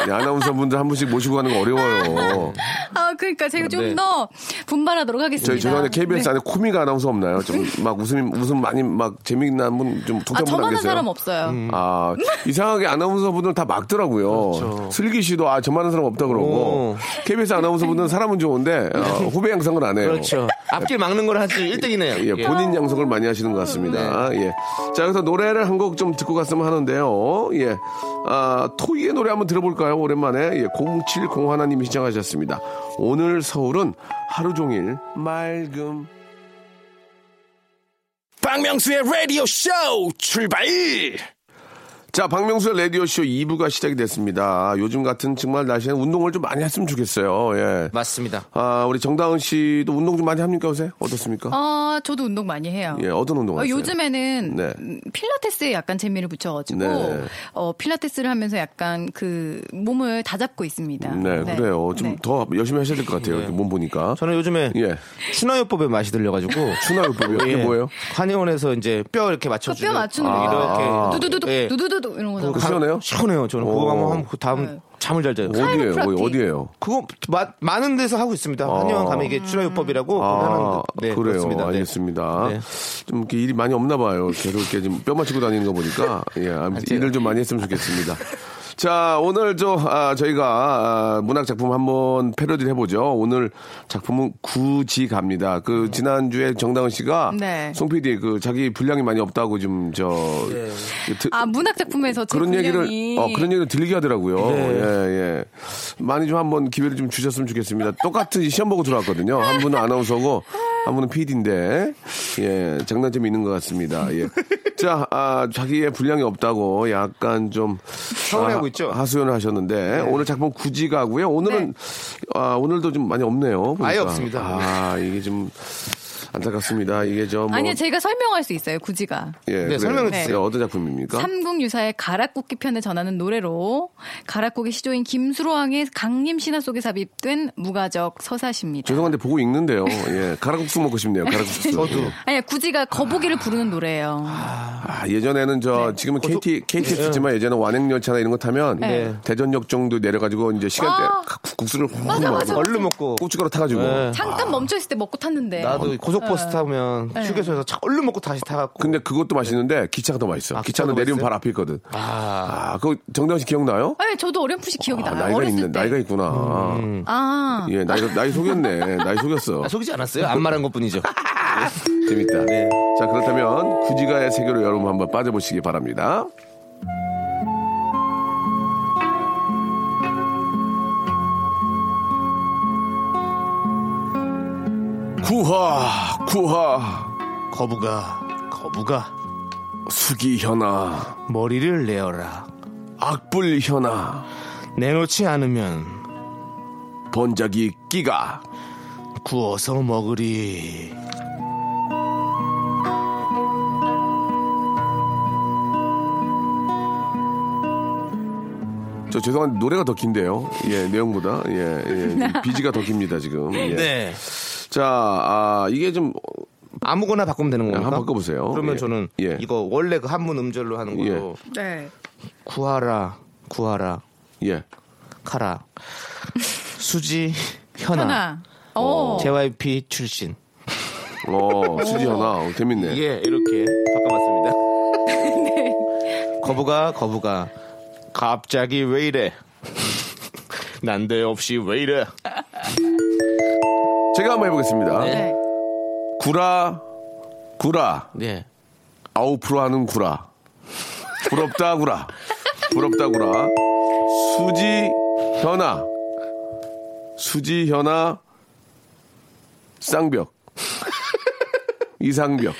[SPEAKER 2] 예, 아나운서 분들 한 분씩 모시고 가는 거 어려워요
[SPEAKER 5] 아, 그러니까 제가
[SPEAKER 4] 네.
[SPEAKER 5] 좀 더 분발하도록 하겠습니다.
[SPEAKER 2] 저희 죄송한데 KBS 안에 코미가 아나운서 없나요 좀 막 웃음이 웃음 많이 막 재미난 분좀
[SPEAKER 5] 아,
[SPEAKER 2] 독특한 분안
[SPEAKER 5] 저만한
[SPEAKER 2] 계세요
[SPEAKER 5] 사람 없어요.
[SPEAKER 4] 음.
[SPEAKER 2] 아, 이상하게 아나운서분들 다 막더라고요. 슬기 씨도 아, 저만한 사람 없다 그러고.
[SPEAKER 4] 오.
[SPEAKER 2] KBS 아나운서분들은 사람은 좋은데 어, 후배 양성을 안 해요.
[SPEAKER 4] 그렇죠. 앞길 막는 걸 하지 1등이네요.
[SPEAKER 2] 예, 본인 양성을 많이 하시는 것 같습니다. 예. 자, 그래서 노래를 한 곡 좀 듣고 갔으면 하는데요. 예. 아, 토이의 노래 한번 들어볼까요? 오랜만에. 예, 0701님이 시청하셨습니다. 오늘 서울은 하루 종일 맑음.
[SPEAKER 1] 박명수의 라디오 쇼 출발!
[SPEAKER 2] 자, 박명수의 라디오쇼 2부가 시작이 됐습니다. 요즘 같은 정말 날씨에는 운동을 좀 많이 했으면 좋겠어요. 예.
[SPEAKER 4] 맞습니다.
[SPEAKER 2] 아, 우리 정다은 씨도 운동 좀 많이 합니까 요새? 어떻습니까?
[SPEAKER 5] 아, 저도 운동 많이 해요.
[SPEAKER 2] 예, 어떤 운동
[SPEAKER 5] 어,
[SPEAKER 2] 하세요?
[SPEAKER 5] 요즘에는
[SPEAKER 2] 네.
[SPEAKER 5] 음, 필라테스에 약간 재미를 붙여가지고
[SPEAKER 2] 네.
[SPEAKER 5] 어, 필라테스를 하면서 약간 그 몸을 다잡고 있습니다.
[SPEAKER 2] 네, 그래요. 좀
[SPEAKER 5] 네.
[SPEAKER 2] 더 열심히 하셔야 될 것 같아요. 이렇게 몸 보니까.
[SPEAKER 4] 예. 저는 요즘에
[SPEAKER 2] 예.
[SPEAKER 4] 신화요법에 맛이 들려가지고
[SPEAKER 2] 추나요법이 이게
[SPEAKER 4] 예.
[SPEAKER 2] 뭐예요?
[SPEAKER 4] 한의원에서 이제 뼈 이렇게
[SPEAKER 5] 그
[SPEAKER 4] 맞춰주는
[SPEAKER 5] 뼈 맞추는
[SPEAKER 4] 아,
[SPEAKER 5] 거
[SPEAKER 4] 이렇게
[SPEAKER 5] 이렇게 두두두둑
[SPEAKER 4] 예.
[SPEAKER 5] 두두두둑 이런 거잖아.
[SPEAKER 2] 그거 시원해요?
[SPEAKER 4] 시원해요. 저는
[SPEAKER 2] 오.
[SPEAKER 4] 그거 한번 하면 그 다음 잠을 잘 자요.
[SPEAKER 2] 어디에요?
[SPEAKER 5] 카이로프라틱.
[SPEAKER 2] 거기 어디에요?
[SPEAKER 4] 그거 마- 많은 데서 하고 있습니다. 한의원 가면 이게 치료요법이라고
[SPEAKER 2] 아,
[SPEAKER 4] 하는
[SPEAKER 2] 그래요.
[SPEAKER 4] 네, 아. 그렇습니다. 네.
[SPEAKER 2] 알겠습니다.
[SPEAKER 4] 네.
[SPEAKER 2] 좀 이렇게 일이 많이 없나 봐요. 계속 이렇게 좀 뼈 맞추고 다니는 거 보니까. 예, 아무튼 일을 좀 많이 했으면 좋겠습니다. 자, 오늘 저, 아, 저희가, 아, 문학 작품 한번 패러디를 해보죠. 오늘 작품은 구지갑니다.
[SPEAKER 4] 음.
[SPEAKER 2] 그, 지난주에 정다은 씨가
[SPEAKER 5] 네.
[SPEAKER 2] 송 PD 그 자기 분량이 많이 없다고 좀 저,
[SPEAKER 4] 예.
[SPEAKER 2] 드-
[SPEAKER 5] 아 문학 작품에서 제
[SPEAKER 2] 그런 얘기를
[SPEAKER 5] 분량이
[SPEAKER 2] 어 그런 얘기를 들리게 하더라고요.
[SPEAKER 4] 네.
[SPEAKER 2] 예, 예. 많이 좀 한번 기회를 좀 주셨으면 좋겠습니다. 똑같은 시험 보고 들어왔거든요. 한 분은 아나운서고 한 분은 PD인데 예, 장난점이 있는 것 같습니다. 예. 자, 아, 자기의 분량이 없다고 약간 좀
[SPEAKER 4] 서운해하고
[SPEAKER 2] 아,
[SPEAKER 4] 있죠? 네.
[SPEAKER 2] 하소연을 하셨는데 오늘 작품 구지가고요.
[SPEAKER 5] 네.
[SPEAKER 2] 오늘은 아, 오늘도 좀 많이 없네요. 보니까.
[SPEAKER 4] 아예 없습니다.
[SPEAKER 2] 아, 이게 좀 안타깝습니다. 이게 좀 뭐,
[SPEAKER 5] 아니요 제가 네. 설명할 수 있어요 구지가.
[SPEAKER 2] 예, 그래요.
[SPEAKER 4] 네, 설명해 주세요.
[SPEAKER 2] 예, 어떤 작품입니까?
[SPEAKER 5] 삼국유사의 가락국기 편을 전하는 노래로 가락국의 시조인 김수로왕의 강림 신화 속에 삽입된 무가적 서사시입니다.
[SPEAKER 2] 죄송한데 보고 읽는데요. 예, 가락국수 먹고 싶네요. 가락국수. 예.
[SPEAKER 4] 저도.
[SPEAKER 5] 아니 구지가 거북이를 부르는 노래예요.
[SPEAKER 2] 아, 예전에는 저
[SPEAKER 4] 네.
[SPEAKER 2] 지금은 KT KTX지만 예전에 완행 열차나 이런 거 타면
[SPEAKER 5] 네.
[SPEAKER 2] 대전역 정도 내려가지고 이제 시간대
[SPEAKER 5] 아.
[SPEAKER 2] 국- 국수를 확
[SPEAKER 5] 맞아,
[SPEAKER 2] 먹고
[SPEAKER 5] 맞아.
[SPEAKER 4] 얼른 먹고
[SPEAKER 2] 고춧가루 타가지고
[SPEAKER 4] 네.
[SPEAKER 2] 아.
[SPEAKER 4] 아.
[SPEAKER 5] 잠깐 멈춰 있을 때 먹고 탔는데.
[SPEAKER 4] 나도 고속버스 타면 휴게소에서 차 얼른 먹고 다시 타갖고
[SPEAKER 2] 근데 그것도 맛있는데 기차가 더 맛있어.
[SPEAKER 4] 아,
[SPEAKER 2] 기차는
[SPEAKER 4] 기차가
[SPEAKER 2] 내리면
[SPEAKER 4] 맛있어요?
[SPEAKER 2] 바로 앞에 있거든.
[SPEAKER 4] 아,
[SPEAKER 2] 아, 그거 정다은 씨 기억나요?
[SPEAKER 5] 아니 저도 어렴풋이 기억이
[SPEAKER 2] 아,
[SPEAKER 5] 나요.
[SPEAKER 2] 나이가
[SPEAKER 5] 어렸을
[SPEAKER 2] 있는
[SPEAKER 5] 때.
[SPEAKER 2] 나이가 있구나.
[SPEAKER 4] 음.
[SPEAKER 5] 아
[SPEAKER 2] 예, 나이 나이 속였네. 나이 속였어.
[SPEAKER 4] 아, 속이지 않았어요? 안 말한 것뿐이죠.
[SPEAKER 2] 재밌다. 자, 그렇다면 구지가의 세계로 여러분 한번 빠져보시기 바랍니다. 구하, 구하,
[SPEAKER 4] 거부가 거부가
[SPEAKER 2] 수기현아,
[SPEAKER 4] 머리를 내어라.
[SPEAKER 2] 악불현아,
[SPEAKER 4] 내놓지 않으면
[SPEAKER 2] 번작이 끼가.
[SPEAKER 4] 구워서 먹으리.
[SPEAKER 2] 저 죄송한데 노래가 더 긴데요. 예, 내용보다. 예, 예. 비지가 더 깁니다, 지금. 예.
[SPEAKER 4] 네.
[SPEAKER 2] 자, 아, 이게 좀
[SPEAKER 4] 아무거나 바꾸면 되는 겁니까?
[SPEAKER 2] 한번 바꿔보세요.
[SPEAKER 4] 그러면
[SPEAKER 2] 예.
[SPEAKER 4] 저는
[SPEAKER 2] 예.
[SPEAKER 4] 이거 원래 그 한문 음절로 하는 걸로
[SPEAKER 5] 네.
[SPEAKER 4] 구하라 구하라
[SPEAKER 2] 예.
[SPEAKER 4] 카라 수지 현아
[SPEAKER 5] 현아 어.
[SPEAKER 4] JYP 출신.
[SPEAKER 2] 어, 수지현아. 어, 재밌네.
[SPEAKER 4] 예, 이렇게 바꿔봤습니다. 네. 거부가 거부가 갑자기 왜 이래? 난데없이 왜 이래?
[SPEAKER 2] 제가 한번 해보겠습니다.
[SPEAKER 4] 네.
[SPEAKER 5] 네.
[SPEAKER 2] 구라, 구라.
[SPEAKER 4] 네.
[SPEAKER 2] 아우 프로하는 구라. 부럽다 구라. 부럽다 구라. 수지 현아. 수지 현아. 쌍벽. 이상벽.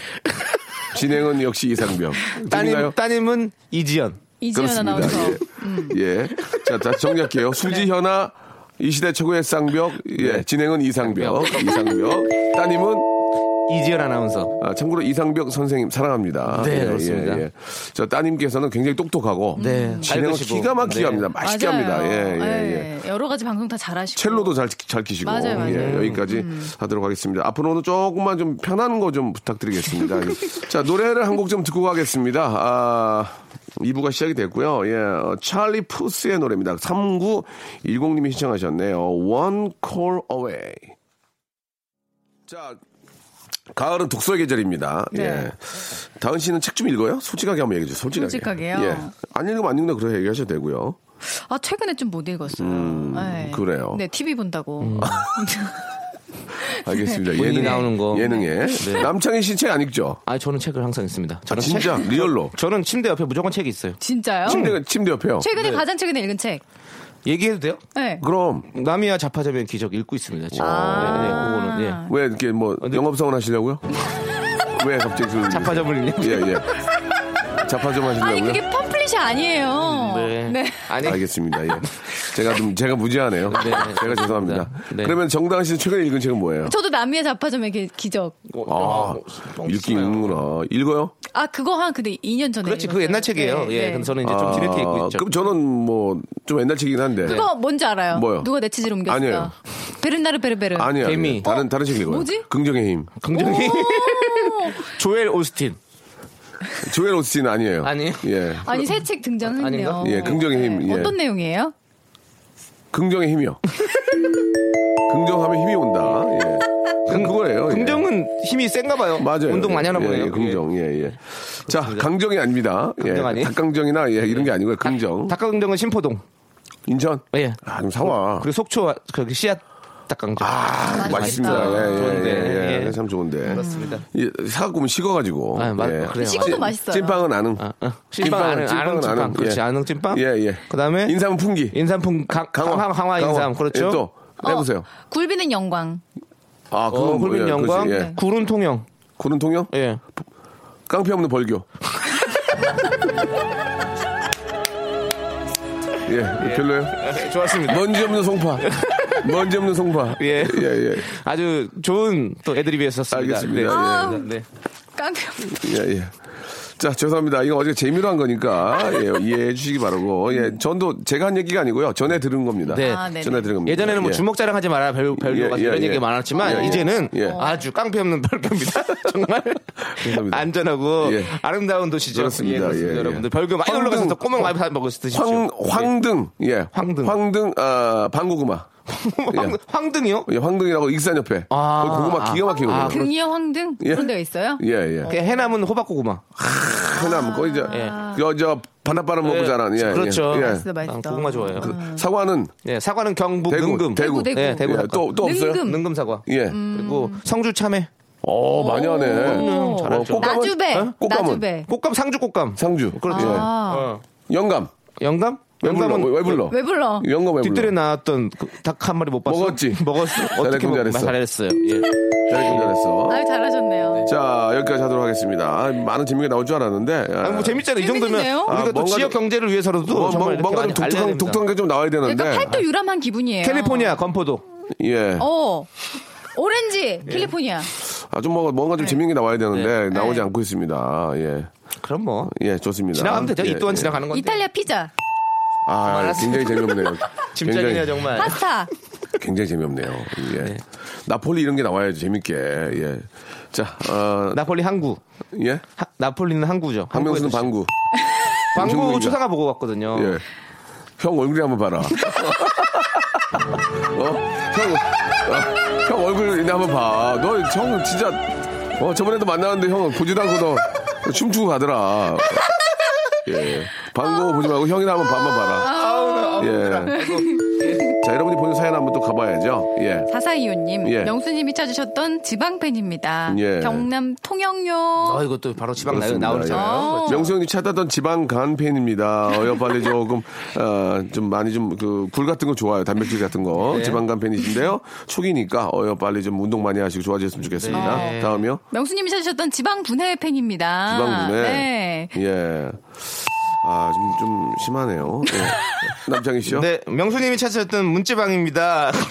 [SPEAKER 2] 진행은 역시 이상벽.
[SPEAKER 4] 따님
[SPEAKER 2] 들리나요?
[SPEAKER 4] 따님은 이지연.
[SPEAKER 5] 이지연
[SPEAKER 2] 그렇습니다.
[SPEAKER 5] 아나운서.
[SPEAKER 2] 예. 예. 자, 자, 정리할게요. 수지 현아. 이 시대 최고의 쌍벽. 예. 진행은 이상벽. 이상벽. 따님은
[SPEAKER 4] 이지연 아나운서.
[SPEAKER 2] 아, 참고로 이상벽 선생님 사랑합니다. 예,
[SPEAKER 4] 네, 그렇습니다.
[SPEAKER 2] 저 따님께서는 굉장히 똑똑하고
[SPEAKER 4] 네,
[SPEAKER 2] 진행을
[SPEAKER 4] 밝으시고.
[SPEAKER 2] 음. 아, 기가 막히게
[SPEAKER 4] 네.
[SPEAKER 2] 합니다. 맛있게 합니다. 예, 예, 예.
[SPEAKER 5] 예. 여러 가지 방송 다 잘하시고.
[SPEAKER 2] 첼로도 잘, 잘 키시고
[SPEAKER 5] 맞아요, 음. 맞아요.
[SPEAKER 2] 예, 여기까지 하도록 하겠습니다. 앞으로는 조금만 좀 편한 거 좀 부탁드리겠습니다. 자 노래를 한 곡 좀 듣고 가겠습니다. 아 2부가 시작이 됐고요. 예, 어, 찰리 푸스의 노래입니다. 3910님이 신청하셨네요. One Call Away. 자 가을은 독서의 계절입니다. 예. 다은 씨는 책 좀 읽어요? 솔직하게 한번 얘기해 주세요. 솔직하게.
[SPEAKER 5] 네. 솔직하게요?
[SPEAKER 2] 예. 안 읽으면 안 읽는다 그렇게 얘기하셔도 되고요.
[SPEAKER 5] 아 최근에 좀 못 읽었어요. 예.
[SPEAKER 2] 음, 그래요.
[SPEAKER 5] 네 TV 본다고.
[SPEAKER 4] 음.
[SPEAKER 2] 알겠습니다.
[SPEAKER 4] 본인이 나오는 거.
[SPEAKER 2] 예능에. 남창희 씨 책 안 읽죠?
[SPEAKER 4] 아 저는 책을 항상 있습니다.
[SPEAKER 2] 아,
[SPEAKER 4] 저는
[SPEAKER 2] 진짜
[SPEAKER 4] 책- 음.
[SPEAKER 2] 리얼로.
[SPEAKER 4] 저는 침대 옆에 무조건 책이 있어요.
[SPEAKER 5] 진짜요?
[SPEAKER 2] 침대 침대 옆에요.
[SPEAKER 5] 최근에 가장 최근에 읽은 책.
[SPEAKER 4] 얘기해도 돼요?
[SPEAKER 5] 네.
[SPEAKER 2] 그럼
[SPEAKER 4] 남이야 자파자면 기적 읽고 있습니다. 지금.
[SPEAKER 5] 아.
[SPEAKER 4] 네, 네, 그거는 예.
[SPEAKER 2] 왜 이렇게 뭐 영업사원 하시려고요? 왜 갑자기 그
[SPEAKER 4] 자파자면 읽
[SPEAKER 2] 예 예. 자파 좀
[SPEAKER 5] 아니
[SPEAKER 2] 하시려고요?
[SPEAKER 5] 그게 펌플릿이 아니에요.
[SPEAKER 4] 네. 아니
[SPEAKER 2] 알겠습니다. 예. 제가 좀 제가 무지하네요.
[SPEAKER 4] 네,
[SPEAKER 2] 제가 죄송합니다.
[SPEAKER 4] 네.
[SPEAKER 2] 그러면 정당 씨는 최근에 읽은 책은 뭐예요?
[SPEAKER 5] 저도 남미의 자파점의 기- 기적.
[SPEAKER 4] 뭐, 어,
[SPEAKER 2] 아, 읽기 읽는구나. 읽어요?
[SPEAKER 5] 아 그거 한 근데 2년 전에.
[SPEAKER 4] 그렇지 그
[SPEAKER 5] 읽었어요.
[SPEAKER 4] 옛날 책이에요.
[SPEAKER 5] 네,
[SPEAKER 4] 예.
[SPEAKER 5] 네.
[SPEAKER 4] 그럼 저는 이제 좀 뒤늦게 읽고 있죠.
[SPEAKER 2] 아,
[SPEAKER 4] 네.
[SPEAKER 2] 그럼 저는 뭐 좀 옛날 책이긴 한데.
[SPEAKER 5] 그거 뭔지 알아요?
[SPEAKER 2] 뭐요?
[SPEAKER 5] 누가 내 치질 옮겼어?
[SPEAKER 2] 아니에요.
[SPEAKER 5] 베르나르 베르베르.
[SPEAKER 2] 아니야.
[SPEAKER 4] 개미.
[SPEAKER 2] 다른 다른 책 읽어요.
[SPEAKER 5] 뭐지?
[SPEAKER 2] 긍정의 힘.
[SPEAKER 4] 긍정이 조엘 오스틴
[SPEAKER 2] 조엘 오스틴 아니에요.
[SPEAKER 4] 아니에요?
[SPEAKER 2] 예.
[SPEAKER 5] 아니 새 책 등장했네요.
[SPEAKER 4] 아닌가?
[SPEAKER 2] 예, 긍정의 힘, 예.
[SPEAKER 5] 어떤 내용이에요?
[SPEAKER 2] 긍정의 힘이요. 긍정하면 힘이 온다. 예. 그냥 그거예요. 예.
[SPEAKER 4] 긍정은 힘이 센가 봐요.
[SPEAKER 2] 맞아요.
[SPEAKER 4] 운동 많이 하나
[SPEAKER 2] 예,
[SPEAKER 4] 보네요.
[SPEAKER 2] 예, 긍정. 예, 예. 자, 강정이 아닙니다. 예.
[SPEAKER 4] 강정 아니에요?
[SPEAKER 2] 닭강정이나 예, 이런 게 아니고요. 긍정.
[SPEAKER 4] 닭 긍정은 신포동.
[SPEAKER 2] 인천.
[SPEAKER 4] 예.
[SPEAKER 2] 아, 그럼 사와.
[SPEAKER 4] 그리고 속초 그 씨앗 닭강정.
[SPEAKER 2] 아, 맛있습니다.
[SPEAKER 5] 맛있다.
[SPEAKER 2] 예, 예,
[SPEAKER 4] 좋은데.
[SPEAKER 2] 예, 예.
[SPEAKER 4] 예.
[SPEAKER 2] 참 좋은데.
[SPEAKER 4] 그렇습니다.
[SPEAKER 2] 예, 사갖고 오면 식어가지고.
[SPEAKER 4] 아, 맞-
[SPEAKER 2] 예.
[SPEAKER 4] 그래요.
[SPEAKER 5] 식어도
[SPEAKER 2] 찐-
[SPEAKER 5] 맛있어요.
[SPEAKER 2] 찐빵은 아는.
[SPEAKER 4] 아, 아. 찐빵 아는 아는 찐빵. 그렇지 아는 찐빵.
[SPEAKER 2] 예, 예.
[SPEAKER 4] 그다음에
[SPEAKER 2] 인삼은 풍기.
[SPEAKER 4] 인삼풍 강,
[SPEAKER 2] 강화.
[SPEAKER 4] 강화, 강화,
[SPEAKER 2] 강화.
[SPEAKER 4] 인삼 그렇죠.
[SPEAKER 2] 예, 또. 해보세요.
[SPEAKER 5] 어, 굴비는 영광.
[SPEAKER 2] 아,
[SPEAKER 4] 어,
[SPEAKER 2] 그건
[SPEAKER 4] 홀빈
[SPEAKER 2] 뭐, 예,
[SPEAKER 4] 영광,
[SPEAKER 2] 그렇지,
[SPEAKER 5] 네.
[SPEAKER 2] 예.
[SPEAKER 4] 구름 통영.
[SPEAKER 2] 구른 통영?
[SPEAKER 4] 예.
[SPEAKER 2] 깡패 없는 벌교. 예, 별로요.
[SPEAKER 4] 좋았습니다.
[SPEAKER 2] 먼지 없는 송파. 먼지 없는 송파.
[SPEAKER 4] 예.
[SPEAKER 2] 예, 예.
[SPEAKER 4] 아주 좋은 또 애드립이었었습니다.
[SPEAKER 2] 알겠습니다.
[SPEAKER 4] 네. 네.
[SPEAKER 5] 깡패.
[SPEAKER 2] 예, 예. 자, 죄송합니다. 이거 어제 재미로 한 거니까, 예, 이해해 주시기 바라고. 예, 전도 제가 한 얘기가 아니고요. 전에 들은 겁니다.
[SPEAKER 4] 네.
[SPEAKER 5] 아, 네네.
[SPEAKER 2] 전에 들은 겁니다.
[SPEAKER 4] 예전에는 뭐
[SPEAKER 2] 예.
[SPEAKER 4] 주먹 자랑하지 마라 별별교가
[SPEAKER 2] 예, 예,
[SPEAKER 4] 이런
[SPEAKER 2] 예.
[SPEAKER 4] 얘기 많았지만
[SPEAKER 2] 예, 예.
[SPEAKER 4] 이제는
[SPEAKER 2] 예.
[SPEAKER 4] 아주 깡패 없는 별교입니다. 정말
[SPEAKER 2] 죄송합니다.
[SPEAKER 4] 안전하고
[SPEAKER 2] 예.
[SPEAKER 4] 아름다운 도시죠.
[SPEAKER 2] 그렇습니다.
[SPEAKER 4] 예,
[SPEAKER 2] 예, 예.
[SPEAKER 4] 여러분들 별교 많이
[SPEAKER 2] 황금.
[SPEAKER 4] 놀러 가서 꼬막 많이 사 먹으시 드십시오. 네.
[SPEAKER 2] 황, 황등. 예.
[SPEAKER 4] 황등.
[SPEAKER 2] 황등, 아, 방고구마.
[SPEAKER 4] 예. 황- 황등이요?
[SPEAKER 2] 예, 황등이라고 익산 옆에.
[SPEAKER 4] 아.
[SPEAKER 2] 거기 고구마 기가 막히거든요.
[SPEAKER 4] 아, 그렇-
[SPEAKER 5] 등이어 황등
[SPEAKER 2] 예.
[SPEAKER 5] 그런 데가 있어요?
[SPEAKER 2] 예, 예.
[SPEAKER 4] 그 해남은 호박고구마.
[SPEAKER 2] 해남 거의 저,
[SPEAKER 4] 예.
[SPEAKER 2] 저, 저 바닷바람 먹고
[SPEAKER 4] 예.
[SPEAKER 2] 자란. 예,
[SPEAKER 4] 그렇죠.
[SPEAKER 2] 예.
[SPEAKER 5] 맛있어 맛있어.
[SPEAKER 4] 난 고구마 좋아해요.
[SPEAKER 2] 예. 사과는
[SPEAKER 4] 예, 사과는 경북
[SPEAKER 2] 대구,
[SPEAKER 4] 능금.
[SPEAKER 2] 대구,
[SPEAKER 5] 대구.
[SPEAKER 4] 예, 대구
[SPEAKER 2] 예,
[SPEAKER 4] 사과.
[SPEAKER 2] 또, 또 없어요?
[SPEAKER 5] 능금. 음.
[SPEAKER 4] 능금 사과.
[SPEAKER 2] 예.
[SPEAKER 4] 그리고 성주 참외.
[SPEAKER 2] 어, 많이 하네.
[SPEAKER 5] 오.
[SPEAKER 2] 잘하죠. 꽃가문?
[SPEAKER 5] 나주배.
[SPEAKER 2] 어? 꽃가문.
[SPEAKER 5] 나주배.
[SPEAKER 4] 꽃감 상주 꽃감.
[SPEAKER 2] 상주. 예.
[SPEAKER 4] 그렇죠.
[SPEAKER 5] 아.
[SPEAKER 4] 어.
[SPEAKER 2] 영감.
[SPEAKER 4] 영감?
[SPEAKER 2] 왜 불러? 왜, 왜 불러?
[SPEAKER 5] 왜 불러?
[SPEAKER 2] 영감 왜
[SPEAKER 4] 뒷뜰에
[SPEAKER 2] 불러?
[SPEAKER 4] 나왔던 그 닭 한 마리 못 봤어?
[SPEAKER 2] 먹었지?
[SPEAKER 4] 먹었어. 어떻게
[SPEAKER 2] 잘했군,
[SPEAKER 4] 먹
[SPEAKER 2] 잘했어.
[SPEAKER 4] 잘했어요.
[SPEAKER 5] 음.
[SPEAKER 4] 예.
[SPEAKER 2] 잘했긴 잘했어.
[SPEAKER 5] 아유 잘하셨네요.
[SPEAKER 2] 자, 여기까지 하도록 하겠습니다. 아, 많은 재미가 나올 줄 알았는데. 아,
[SPEAKER 4] 아니, 뭐 재밌잖아요. 이 정도면
[SPEAKER 5] 재밌는데요?
[SPEAKER 4] 우리가
[SPEAKER 2] 아,
[SPEAKER 4] 또
[SPEAKER 2] 뭔가
[SPEAKER 4] 지역
[SPEAKER 2] 좀-
[SPEAKER 4] 경제를 위해서라도
[SPEAKER 2] 뭐,
[SPEAKER 4] 정말
[SPEAKER 2] 뭔가 좀
[SPEAKER 4] 이렇게 많이 알려야
[SPEAKER 2] 독특한,
[SPEAKER 4] 됩니다.
[SPEAKER 2] 독특한 게 좀 나와야 되는데.
[SPEAKER 5] 그러니까 팔도 유람한 기분이에요.
[SPEAKER 4] 캘리포니아 건포도.
[SPEAKER 2] 예.
[SPEAKER 5] 어. 오렌지 캘리포니아.
[SPEAKER 2] 아, 좀 뭔가, 뭔가 좀 재밌는 게 나와야 되는데, 나오지
[SPEAKER 5] 네.
[SPEAKER 2] 않고 있습니다. 예.
[SPEAKER 4] 그럼 뭐
[SPEAKER 2] 예, 좋습니다.
[SPEAKER 4] 지나가면 되죠.
[SPEAKER 2] 예,
[SPEAKER 4] 이 또한
[SPEAKER 2] 예.
[SPEAKER 4] 지나가는 건데.
[SPEAKER 5] 이탈리아 피자.
[SPEAKER 2] 아,
[SPEAKER 4] 알았습니다.
[SPEAKER 2] 굉장히 재미없네요.
[SPEAKER 4] 짐작이네요
[SPEAKER 2] 굉장히-
[SPEAKER 4] 정말.
[SPEAKER 5] 파스타.
[SPEAKER 2] 굉장히 재미없네요. 예. 나폴리 이런 게 나와야지 재밌게. 예. 자, 어,
[SPEAKER 4] 나폴리 항구.
[SPEAKER 2] 예.
[SPEAKER 4] 하- 나폴리는 항구죠.
[SPEAKER 2] 박명수는
[SPEAKER 4] 항구에
[SPEAKER 2] 방구.
[SPEAKER 4] 방구
[SPEAKER 2] 중국인가?
[SPEAKER 4] 초상화 보고 갔거든요. 어.
[SPEAKER 2] 예. 형 얼굴이 한번 봐라. 어? 형, 어, 형 얼굴이나 한번 봐. 너, 형 진짜, 어, 저번에도 만나는데 형 보지도 않고 너 춤추고 가더라. 예.
[SPEAKER 4] 아.
[SPEAKER 2] 광고 보지 말고 형이나 한번 밥만 봐라. 예. 자, 여러분이 보는 사연 한번 또 가봐야죠. 예.
[SPEAKER 5] 사사이오님,
[SPEAKER 2] 예.
[SPEAKER 5] 명수님이 찾으셨던 지방팬입니다.
[SPEAKER 2] 예.
[SPEAKER 5] 경남 통영요.
[SPEAKER 4] 아, 이것도 바로 지방 나,
[SPEAKER 2] 그렇습니다. 예.
[SPEAKER 4] 나오잖아요.
[SPEAKER 5] 어.
[SPEAKER 2] 명수 형님 찾았던 지방 간팬입니다. 어여 빨리 조금 어, 좀 많이 좀그굴 같은 거 좋아요. 단백질 같은 거
[SPEAKER 5] 네.
[SPEAKER 2] 지방 간팬이신데요. 초기니까 어여 빨리 좀 운동 많이 하시고 좋아지셨으면 좋겠습니다.
[SPEAKER 4] 네.
[SPEAKER 2] 다음이요.
[SPEAKER 5] 명수님이 찾으셨던 지방분해 팬입니다.
[SPEAKER 2] 지방군에
[SPEAKER 5] 네.
[SPEAKER 2] 예. 아, 좀, 좀 심하네요. 예. 남창희 씨요?
[SPEAKER 4] 네, 명수님이 찾으셨던 문지방입니다.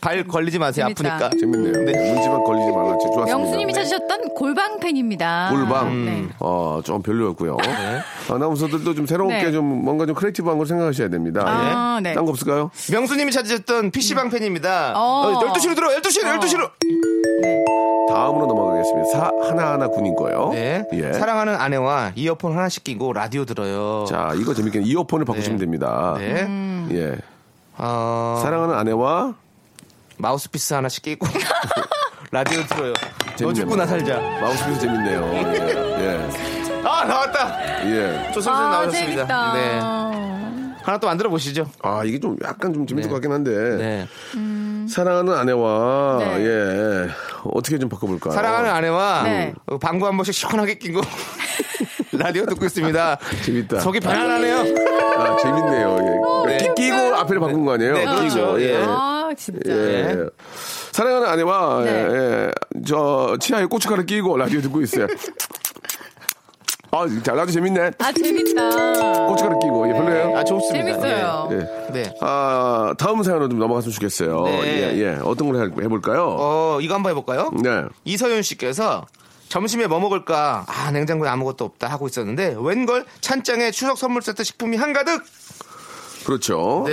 [SPEAKER 4] 발 걸리지 마세요.
[SPEAKER 5] 음. 재밌다.
[SPEAKER 4] 아프니까.
[SPEAKER 2] 재밌네요. 문지만 걸리지 말라. 좋았습니다. 네.
[SPEAKER 5] 명수님이 찾으셨던 골방 팬입니다.
[SPEAKER 2] 골방.
[SPEAKER 5] 네.
[SPEAKER 2] 어, 좀 별로였고요. 아나운서들도 좀 새롭게
[SPEAKER 5] 네.
[SPEAKER 2] 좀 뭔가 좀 크리에이티브한 걸 생각하셔야 됩니다. 예.
[SPEAKER 5] 아, 네.
[SPEAKER 2] 딴 거 없을까요?
[SPEAKER 4] 명수님이 찾으셨던 PC방 팬입니다.
[SPEAKER 5] 음. 어.
[SPEAKER 4] 어, 12시로 들어, 12시로,
[SPEAKER 5] 어.
[SPEAKER 4] 12시로.
[SPEAKER 2] 다음으로 넘어가겠습니다. 사, 하나하나 군인 거요.
[SPEAKER 4] 네.
[SPEAKER 2] 예.
[SPEAKER 4] 사랑하는 아내와 이어폰 하나씩 끼고 라디오 들어요.
[SPEAKER 2] 자, 이거 재밌겠네. 이어폰을 바꾸시면 됩니다.
[SPEAKER 4] 네.
[SPEAKER 5] 음.
[SPEAKER 2] 예.
[SPEAKER 4] 어,
[SPEAKER 2] 사랑하는 아내와
[SPEAKER 4] 마우스피스 하나씩 끼고 라디오 들어요. 너
[SPEAKER 2] 재밌네요.
[SPEAKER 4] 죽고 나 살자.
[SPEAKER 2] 마우스피스 재밌네요. 예.
[SPEAKER 4] 아, 나왔다.
[SPEAKER 2] 예. 예.
[SPEAKER 4] 조선생
[SPEAKER 5] 아,
[SPEAKER 4] 나오셨습니다.
[SPEAKER 5] 재밌다.
[SPEAKER 4] 네. 하나 또 만들어 보시죠.
[SPEAKER 2] 아, 이게 좀 약간 좀 재밌을
[SPEAKER 4] 네.
[SPEAKER 2] 것 같긴 한데.
[SPEAKER 4] 네.
[SPEAKER 2] 사랑하는 아내와
[SPEAKER 5] 네.
[SPEAKER 2] 예. 어떻게 좀 바꿔볼까요?
[SPEAKER 4] 사랑하는 아내와
[SPEAKER 5] 네.
[SPEAKER 4] 어, 방구 한 번씩 시원하게 끼고 라디오 듣고 있습니다.
[SPEAKER 2] 재밌다.
[SPEAKER 4] 속이 편안하네요.
[SPEAKER 2] 아, 재밌네요. 예.
[SPEAKER 4] 네.
[SPEAKER 2] 끼, 고 앞에를 바꾼 거 아니에요?
[SPEAKER 4] 네, 그렇죠.
[SPEAKER 2] 끼고, 예.
[SPEAKER 4] 네.
[SPEAKER 5] 아, 진짜.
[SPEAKER 2] 예.
[SPEAKER 4] 네.
[SPEAKER 2] 사랑하는 아내와
[SPEAKER 5] 네.
[SPEAKER 2] 예, 예. 저 치아에 고춧가루 끼고 라디오 듣고 있어요. 아, 자, 나도 재밌네.
[SPEAKER 5] 아, 재밌다.
[SPEAKER 2] 고춧가루 끼고 예, 별로예요.
[SPEAKER 4] 아, 좋습니다.
[SPEAKER 5] 재밌어요.
[SPEAKER 2] 예.
[SPEAKER 4] 네. 네.
[SPEAKER 2] 아, 다음 사연으로 좀 넘어갔으면 좋겠어요.
[SPEAKER 4] 네.
[SPEAKER 2] 예, 예. 어떤 걸 해- 해볼까요?
[SPEAKER 4] 어, 이거 한번 해볼까요?
[SPEAKER 2] 네.
[SPEAKER 4] 이서윤 씨께서 점심에 뭐 먹을까? 아, 냉장고에 아무것도 없다 하고 있었는데 웬걸 찬장에 추석 선물 세트 식품이 한가득.
[SPEAKER 2] 그렇죠.
[SPEAKER 4] 네.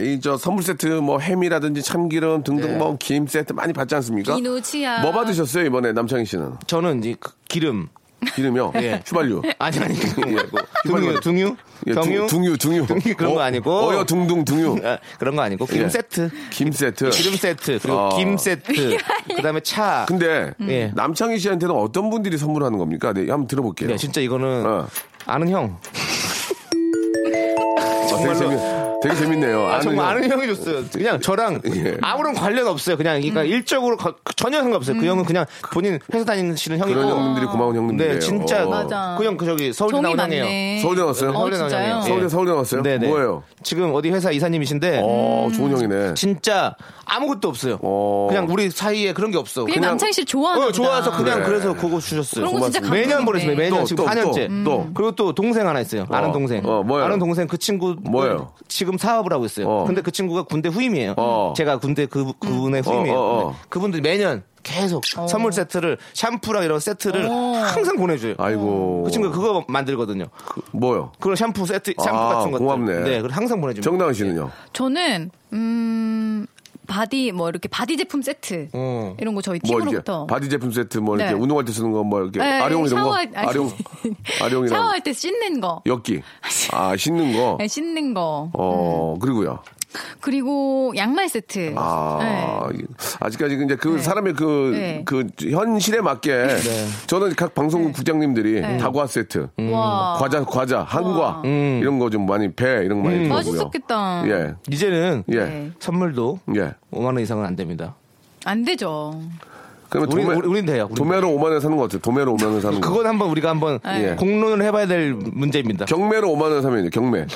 [SPEAKER 2] 예. 이 저 선물 세트 뭐 햄이라든지 참기름 등등
[SPEAKER 4] 네.
[SPEAKER 2] 뭐 김 세트 많이 받지 않습니까?
[SPEAKER 5] 비누, 치약.
[SPEAKER 2] 뭐 받으셨어요, 이번에 남창희 씨는?
[SPEAKER 4] 저는 이제 그 기름.
[SPEAKER 2] 기름이요?
[SPEAKER 4] 예.
[SPEAKER 2] 휘발유.
[SPEAKER 4] 아니 아니 그거 말고
[SPEAKER 2] 휘발유.
[SPEAKER 4] 등유, 등유,
[SPEAKER 2] 예, 둥-
[SPEAKER 4] 경유,
[SPEAKER 2] 등유, 등유.
[SPEAKER 4] 등유 그런
[SPEAKER 2] 어,
[SPEAKER 4] 거 아니고
[SPEAKER 2] 어여 둥둥 등유.
[SPEAKER 4] 아, 그런 거 아니고 기름
[SPEAKER 2] 예.
[SPEAKER 4] 세트,
[SPEAKER 2] 김 세트.
[SPEAKER 4] 기름 세트 그리고
[SPEAKER 2] 어.
[SPEAKER 4] 김 세트, 그다음에 차.
[SPEAKER 2] 근데
[SPEAKER 4] 예.
[SPEAKER 2] 남창희 씨한테는 어떤 분들이 선물하는 겁니까? 네, 한번 들어볼게요.
[SPEAKER 4] 네, 진짜 이거는
[SPEAKER 2] 어.
[SPEAKER 4] 아는 형.
[SPEAKER 2] 아, 되게, 재미, 되게 재밌네요.
[SPEAKER 4] 아, 정말
[SPEAKER 2] 아는
[SPEAKER 4] 아는 형이 줬어요. 그냥 저랑
[SPEAKER 2] 예. 음.
[SPEAKER 4] 아무런 관련 없어요. 그냥 그러니까 일적으로 거- 전혀 상관없어요. 그 형은 그냥 본인 회사 다니시는 형이고.
[SPEAKER 2] 그런 형님들이 고마운 형님들이에요. 어.
[SPEAKER 4] 네, 진짜.
[SPEAKER 5] 맞아.
[SPEAKER 4] 그 형, 그 저기 서울대
[SPEAKER 5] 종이
[SPEAKER 4] 나온 형이에요.
[SPEAKER 5] 많네.
[SPEAKER 2] 서울대 나왔어요?
[SPEAKER 5] 어, 진짜요?
[SPEAKER 4] 형이에요. 예.
[SPEAKER 2] 서울대 서울대 나왔어요?
[SPEAKER 4] 네네.
[SPEAKER 2] 뭐예요?
[SPEAKER 4] 지금 어디 회사 이사님이신데.
[SPEAKER 2] 어,
[SPEAKER 5] 음.
[SPEAKER 2] 좋은 형이네.
[SPEAKER 4] 진짜 아무것도 없어요.
[SPEAKER 2] 어.
[SPEAKER 4] 그냥 우리 사이에 그런 게 없어.
[SPEAKER 5] 그냥 남창희 씨 좋아하는
[SPEAKER 4] 어, 좋아서 그냥
[SPEAKER 2] 그래.
[SPEAKER 4] 그래서 그거 주셨어요.
[SPEAKER 5] 그런 거 진짜
[SPEAKER 4] 고맙습니다. 매년
[SPEAKER 5] 감동이네.
[SPEAKER 4] 보내주세요. 매년
[SPEAKER 2] 네. 또,
[SPEAKER 4] 지금
[SPEAKER 2] 또,
[SPEAKER 4] 4년째.
[SPEAKER 2] 또, 또. 음.
[SPEAKER 4] 그리고 또 동생 하나 있어요. 아는 동생.
[SPEAKER 2] 어, 뭐예요?
[SPEAKER 4] 아는 동생 그 친구
[SPEAKER 2] 뭐예요?
[SPEAKER 4] 지금 사업을 하고 있어요.
[SPEAKER 2] 어.
[SPEAKER 4] 근데 그 친구가 군대 후임이에요.
[SPEAKER 2] 어.
[SPEAKER 4] 제가 군대 그 군의 후임이에요.
[SPEAKER 2] 어, 어, 어.
[SPEAKER 4] 네. 그분들 매년 계속
[SPEAKER 5] 어.
[SPEAKER 4] 선물 세트를 샴푸랑 이런 세트를 항상 보내줘요.
[SPEAKER 2] 아이고.
[SPEAKER 4] 그 친구가 그거 만들거든요.
[SPEAKER 2] 뭐요?
[SPEAKER 4] 그런 샴푸 세트, 샴푸
[SPEAKER 2] 아,
[SPEAKER 4] 같은 것들.
[SPEAKER 2] 고맙네.
[SPEAKER 4] 네, 그걸 항상 보내줍니다.
[SPEAKER 2] 정다은 씨는요? 뭐
[SPEAKER 5] 저는, 음, 바디, 뭐, 이렇게 바디 제품 세트.
[SPEAKER 4] 어.
[SPEAKER 5] 이런 거 저희
[SPEAKER 2] 뭐 이렇게
[SPEAKER 5] 팀으로부터.
[SPEAKER 2] 바디 제품 세트 뭐 이렇게
[SPEAKER 5] 네.
[SPEAKER 2] 운동할 때 쓰는 거 뭐 이렇게
[SPEAKER 5] 네,
[SPEAKER 2] 아령 이런 거
[SPEAKER 5] 샤워할- 아니,
[SPEAKER 2] 아령 아령이랑
[SPEAKER 5] 샤워할 때 씻는 거.
[SPEAKER 2] 엿기 아 씻는 거
[SPEAKER 5] 네, 씻는 거. 음.
[SPEAKER 2] 어, 그리고요.
[SPEAKER 5] 그리고 양말 세트.
[SPEAKER 2] 아,
[SPEAKER 5] 네.
[SPEAKER 2] 이- 아직까지 이제 그 사람의 그,
[SPEAKER 5] 네.
[SPEAKER 2] 그 현실에 맞게 저는 각 방송국 국장님들이
[SPEAKER 5] 네.
[SPEAKER 2] 다과 세트,
[SPEAKER 5] 음. 와.
[SPEAKER 2] 음, 과자, 과자, 한과 이런 거 좀 많이 배 이런 거 많이 주고요.
[SPEAKER 5] 아. 음. 맛있었겠다.
[SPEAKER 2] 예,
[SPEAKER 4] 이제는
[SPEAKER 2] 예,
[SPEAKER 5] 네.
[SPEAKER 4] 선물도
[SPEAKER 2] 예.
[SPEAKER 4] 5만 원 이상은 안 됩니다.
[SPEAKER 5] 안 되죠.
[SPEAKER 2] 그러면
[SPEAKER 4] 우리,
[SPEAKER 2] 도매,
[SPEAKER 4] 우리, 우린 돼요. 우린
[SPEAKER 2] 도매로 5만 원 사는 거 어때요? 도매로 5만 원 사는 거.
[SPEAKER 4] 그건 한번 우리가 한번
[SPEAKER 2] 예.
[SPEAKER 4] 공론을 해봐야 될 문제입니다.
[SPEAKER 2] 경매로 5만 원 사면요. 경매.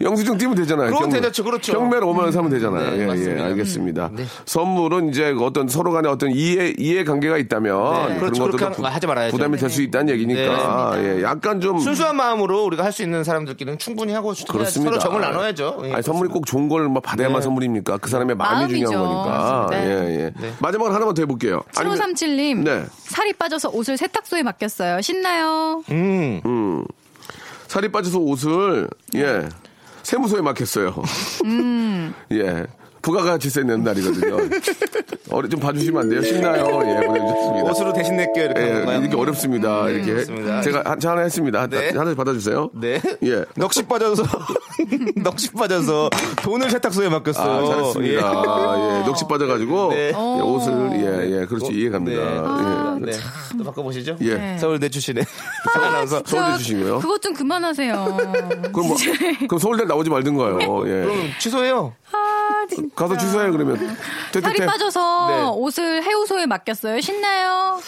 [SPEAKER 2] 영수증 띄면 되잖아요.
[SPEAKER 4] 그건
[SPEAKER 2] 경매.
[SPEAKER 4] 되죠, 그렇죠.
[SPEAKER 2] 경매로 5만 원 사면 되잖아요.
[SPEAKER 4] 네,
[SPEAKER 2] 예, 예,
[SPEAKER 4] 맞습니다. 음, 네.
[SPEAKER 2] 알겠습니다. 선물은 이제 어떤 서로 간에 어떤 이해 이해 관계가 있다면
[SPEAKER 4] 네,
[SPEAKER 2] 그런
[SPEAKER 4] 그렇죠.
[SPEAKER 2] 것도 뭐
[SPEAKER 4] 그렇게 하지 말아야죠. 네.
[SPEAKER 2] 부담이 될 수 있다는 얘기니까 예, 약간 좀
[SPEAKER 4] 순수한 마음으로 우리가 할 수 있는 사람들끼리는 충분히 하고
[SPEAKER 2] 그렇습니다.
[SPEAKER 4] 서로 정을 나눠야죠. 예. 네.
[SPEAKER 2] 아니, 선물이 꼭 좋은 걸 막 받아야만 선물입니까? 그 사람의 마음이
[SPEAKER 5] 마음이죠. 네.
[SPEAKER 2] 중요한 거니까.
[SPEAKER 5] 맞습니다.
[SPEAKER 2] 예, 예.
[SPEAKER 4] 네.
[SPEAKER 2] 마지막으로 하나만 더 해볼게요. 아니면-
[SPEAKER 5] 7537님.
[SPEAKER 2] 네.
[SPEAKER 5] 살이 빠져서 옷을 세탁소에 맡겼어요. 신나요?
[SPEAKER 4] 음.
[SPEAKER 2] 살이 빠져서 옷을
[SPEAKER 5] 네.
[SPEAKER 2] 예
[SPEAKER 5] 음.
[SPEAKER 2] 세무서에 맡겼어요. 예 부가가치세 낸 날이거든요. 어리 좀 봐주시면 안 돼요? 신나요. 예, 보내주셨습니다.
[SPEAKER 4] 옷으로 대신 낼게요. 이렇게 하는
[SPEAKER 2] 예,
[SPEAKER 4] 건가요?
[SPEAKER 2] 이렇게 어렵습니다. 이렇게
[SPEAKER 4] 그렇습니다.
[SPEAKER 2] 제가 한, 저 하나 했습니다. 한,
[SPEAKER 4] 네.
[SPEAKER 2] 하나 받아주세요.
[SPEAKER 4] 네.
[SPEAKER 2] 예.
[SPEAKER 4] 넋이 빠져서, 넋이 빠져서 돈을 세탁소에 맡겼어.
[SPEAKER 2] 아, 잘했습니다. 아, 예, 녹취 빠져가지고
[SPEAKER 4] 네.
[SPEAKER 2] 예, 옷을 예, 예, 그렇지 이해갑니다. 예.
[SPEAKER 4] 네. 또 바꿔보시죠.
[SPEAKER 2] 예.
[SPEAKER 4] 서울대 출신에. 서울대
[SPEAKER 2] 서울대 주시고요.
[SPEAKER 5] 아, 그것 좀 그만하세요.
[SPEAKER 2] 그럼 뭐, 그럼 서울대 나오지 말든가요.
[SPEAKER 5] 네.
[SPEAKER 2] 예.
[SPEAKER 4] 그럼 취소해요.
[SPEAKER 5] 아, 진짜.
[SPEAKER 2] 가서 취소해 그러면. 퇴, 퇴,
[SPEAKER 5] 살이
[SPEAKER 2] 퇴.
[SPEAKER 5] 빠져서
[SPEAKER 4] 네.
[SPEAKER 5] 옷을 해우소에 맡겼어요. 신나요?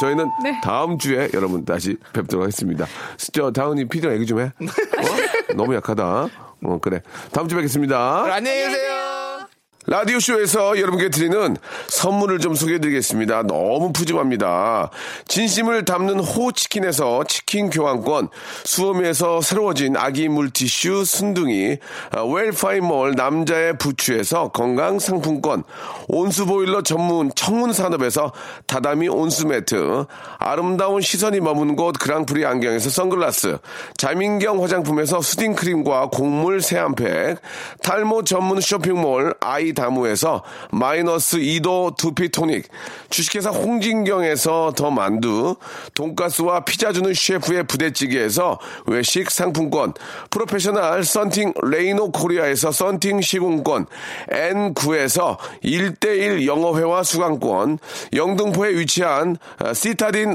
[SPEAKER 2] 저희는 다음 주에 여러분 다시 뵙도록 하겠습니다. 저 다은이 피디랑 얘기 좀 해. 어? 너무 약하다. 어 그래. 다음 주에 뵙겠습니다.
[SPEAKER 4] 아, 안녕히 계세요.
[SPEAKER 2] 라디오쇼에서 여러분께 드리는 선물을 좀 소개해드리겠습니다. 너무 푸짐합니다. 진심을 담는 호치킨에서 치킨 교환권, 수험에서 새로워진 아기 물티슈 순둥이, 아, 웰파이몰 남자의 부추에서 건강 상품권, 온수보일러 전문 청운산업에서 다다미 온수매트, 아름다운 시선이 머무는 곳 그랑프리 안경에서 선글라스, 자민경 화장품에서 수딩크림과 곡물 세안팩, 탈모 전문 쇼핑몰 아이다무에서 마이너스 2도 두피토닉, 주식회사 홍진경에서 더 만두, 돈가스와 피자 주는 셰프의 부대찌개에서 외식 상품권, 프로페셔널 썬팅 레이노 코리아에서 썬팅 시공권, N9에서 1대1 영어회화 수강권, 영등포에 위치한 아, 시타딘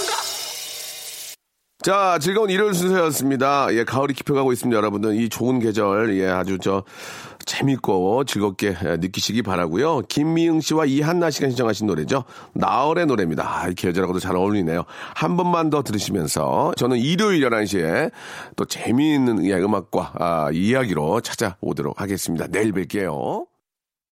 [SPEAKER 2] 자, 즐거운 일요일 순서였습니다. 예, 가을이 깊어가고 있습니다, 여러분들. 이 좋은 계절, 예, 아주 저, 재밌고 즐겁게 예, 느끼시기 바라고요 김미응 씨와 이한나 씨가 신청하신 노래죠. 나얼의 노래입니다. 아, 이 계절하고도 잘 어울리네요. 한 번만 더 들으시면서 저는 일요일 11시에 또 재미있는 예, 음악과 아, 이야기로 찾아오도록 하겠습니다. 내일 뵐게요.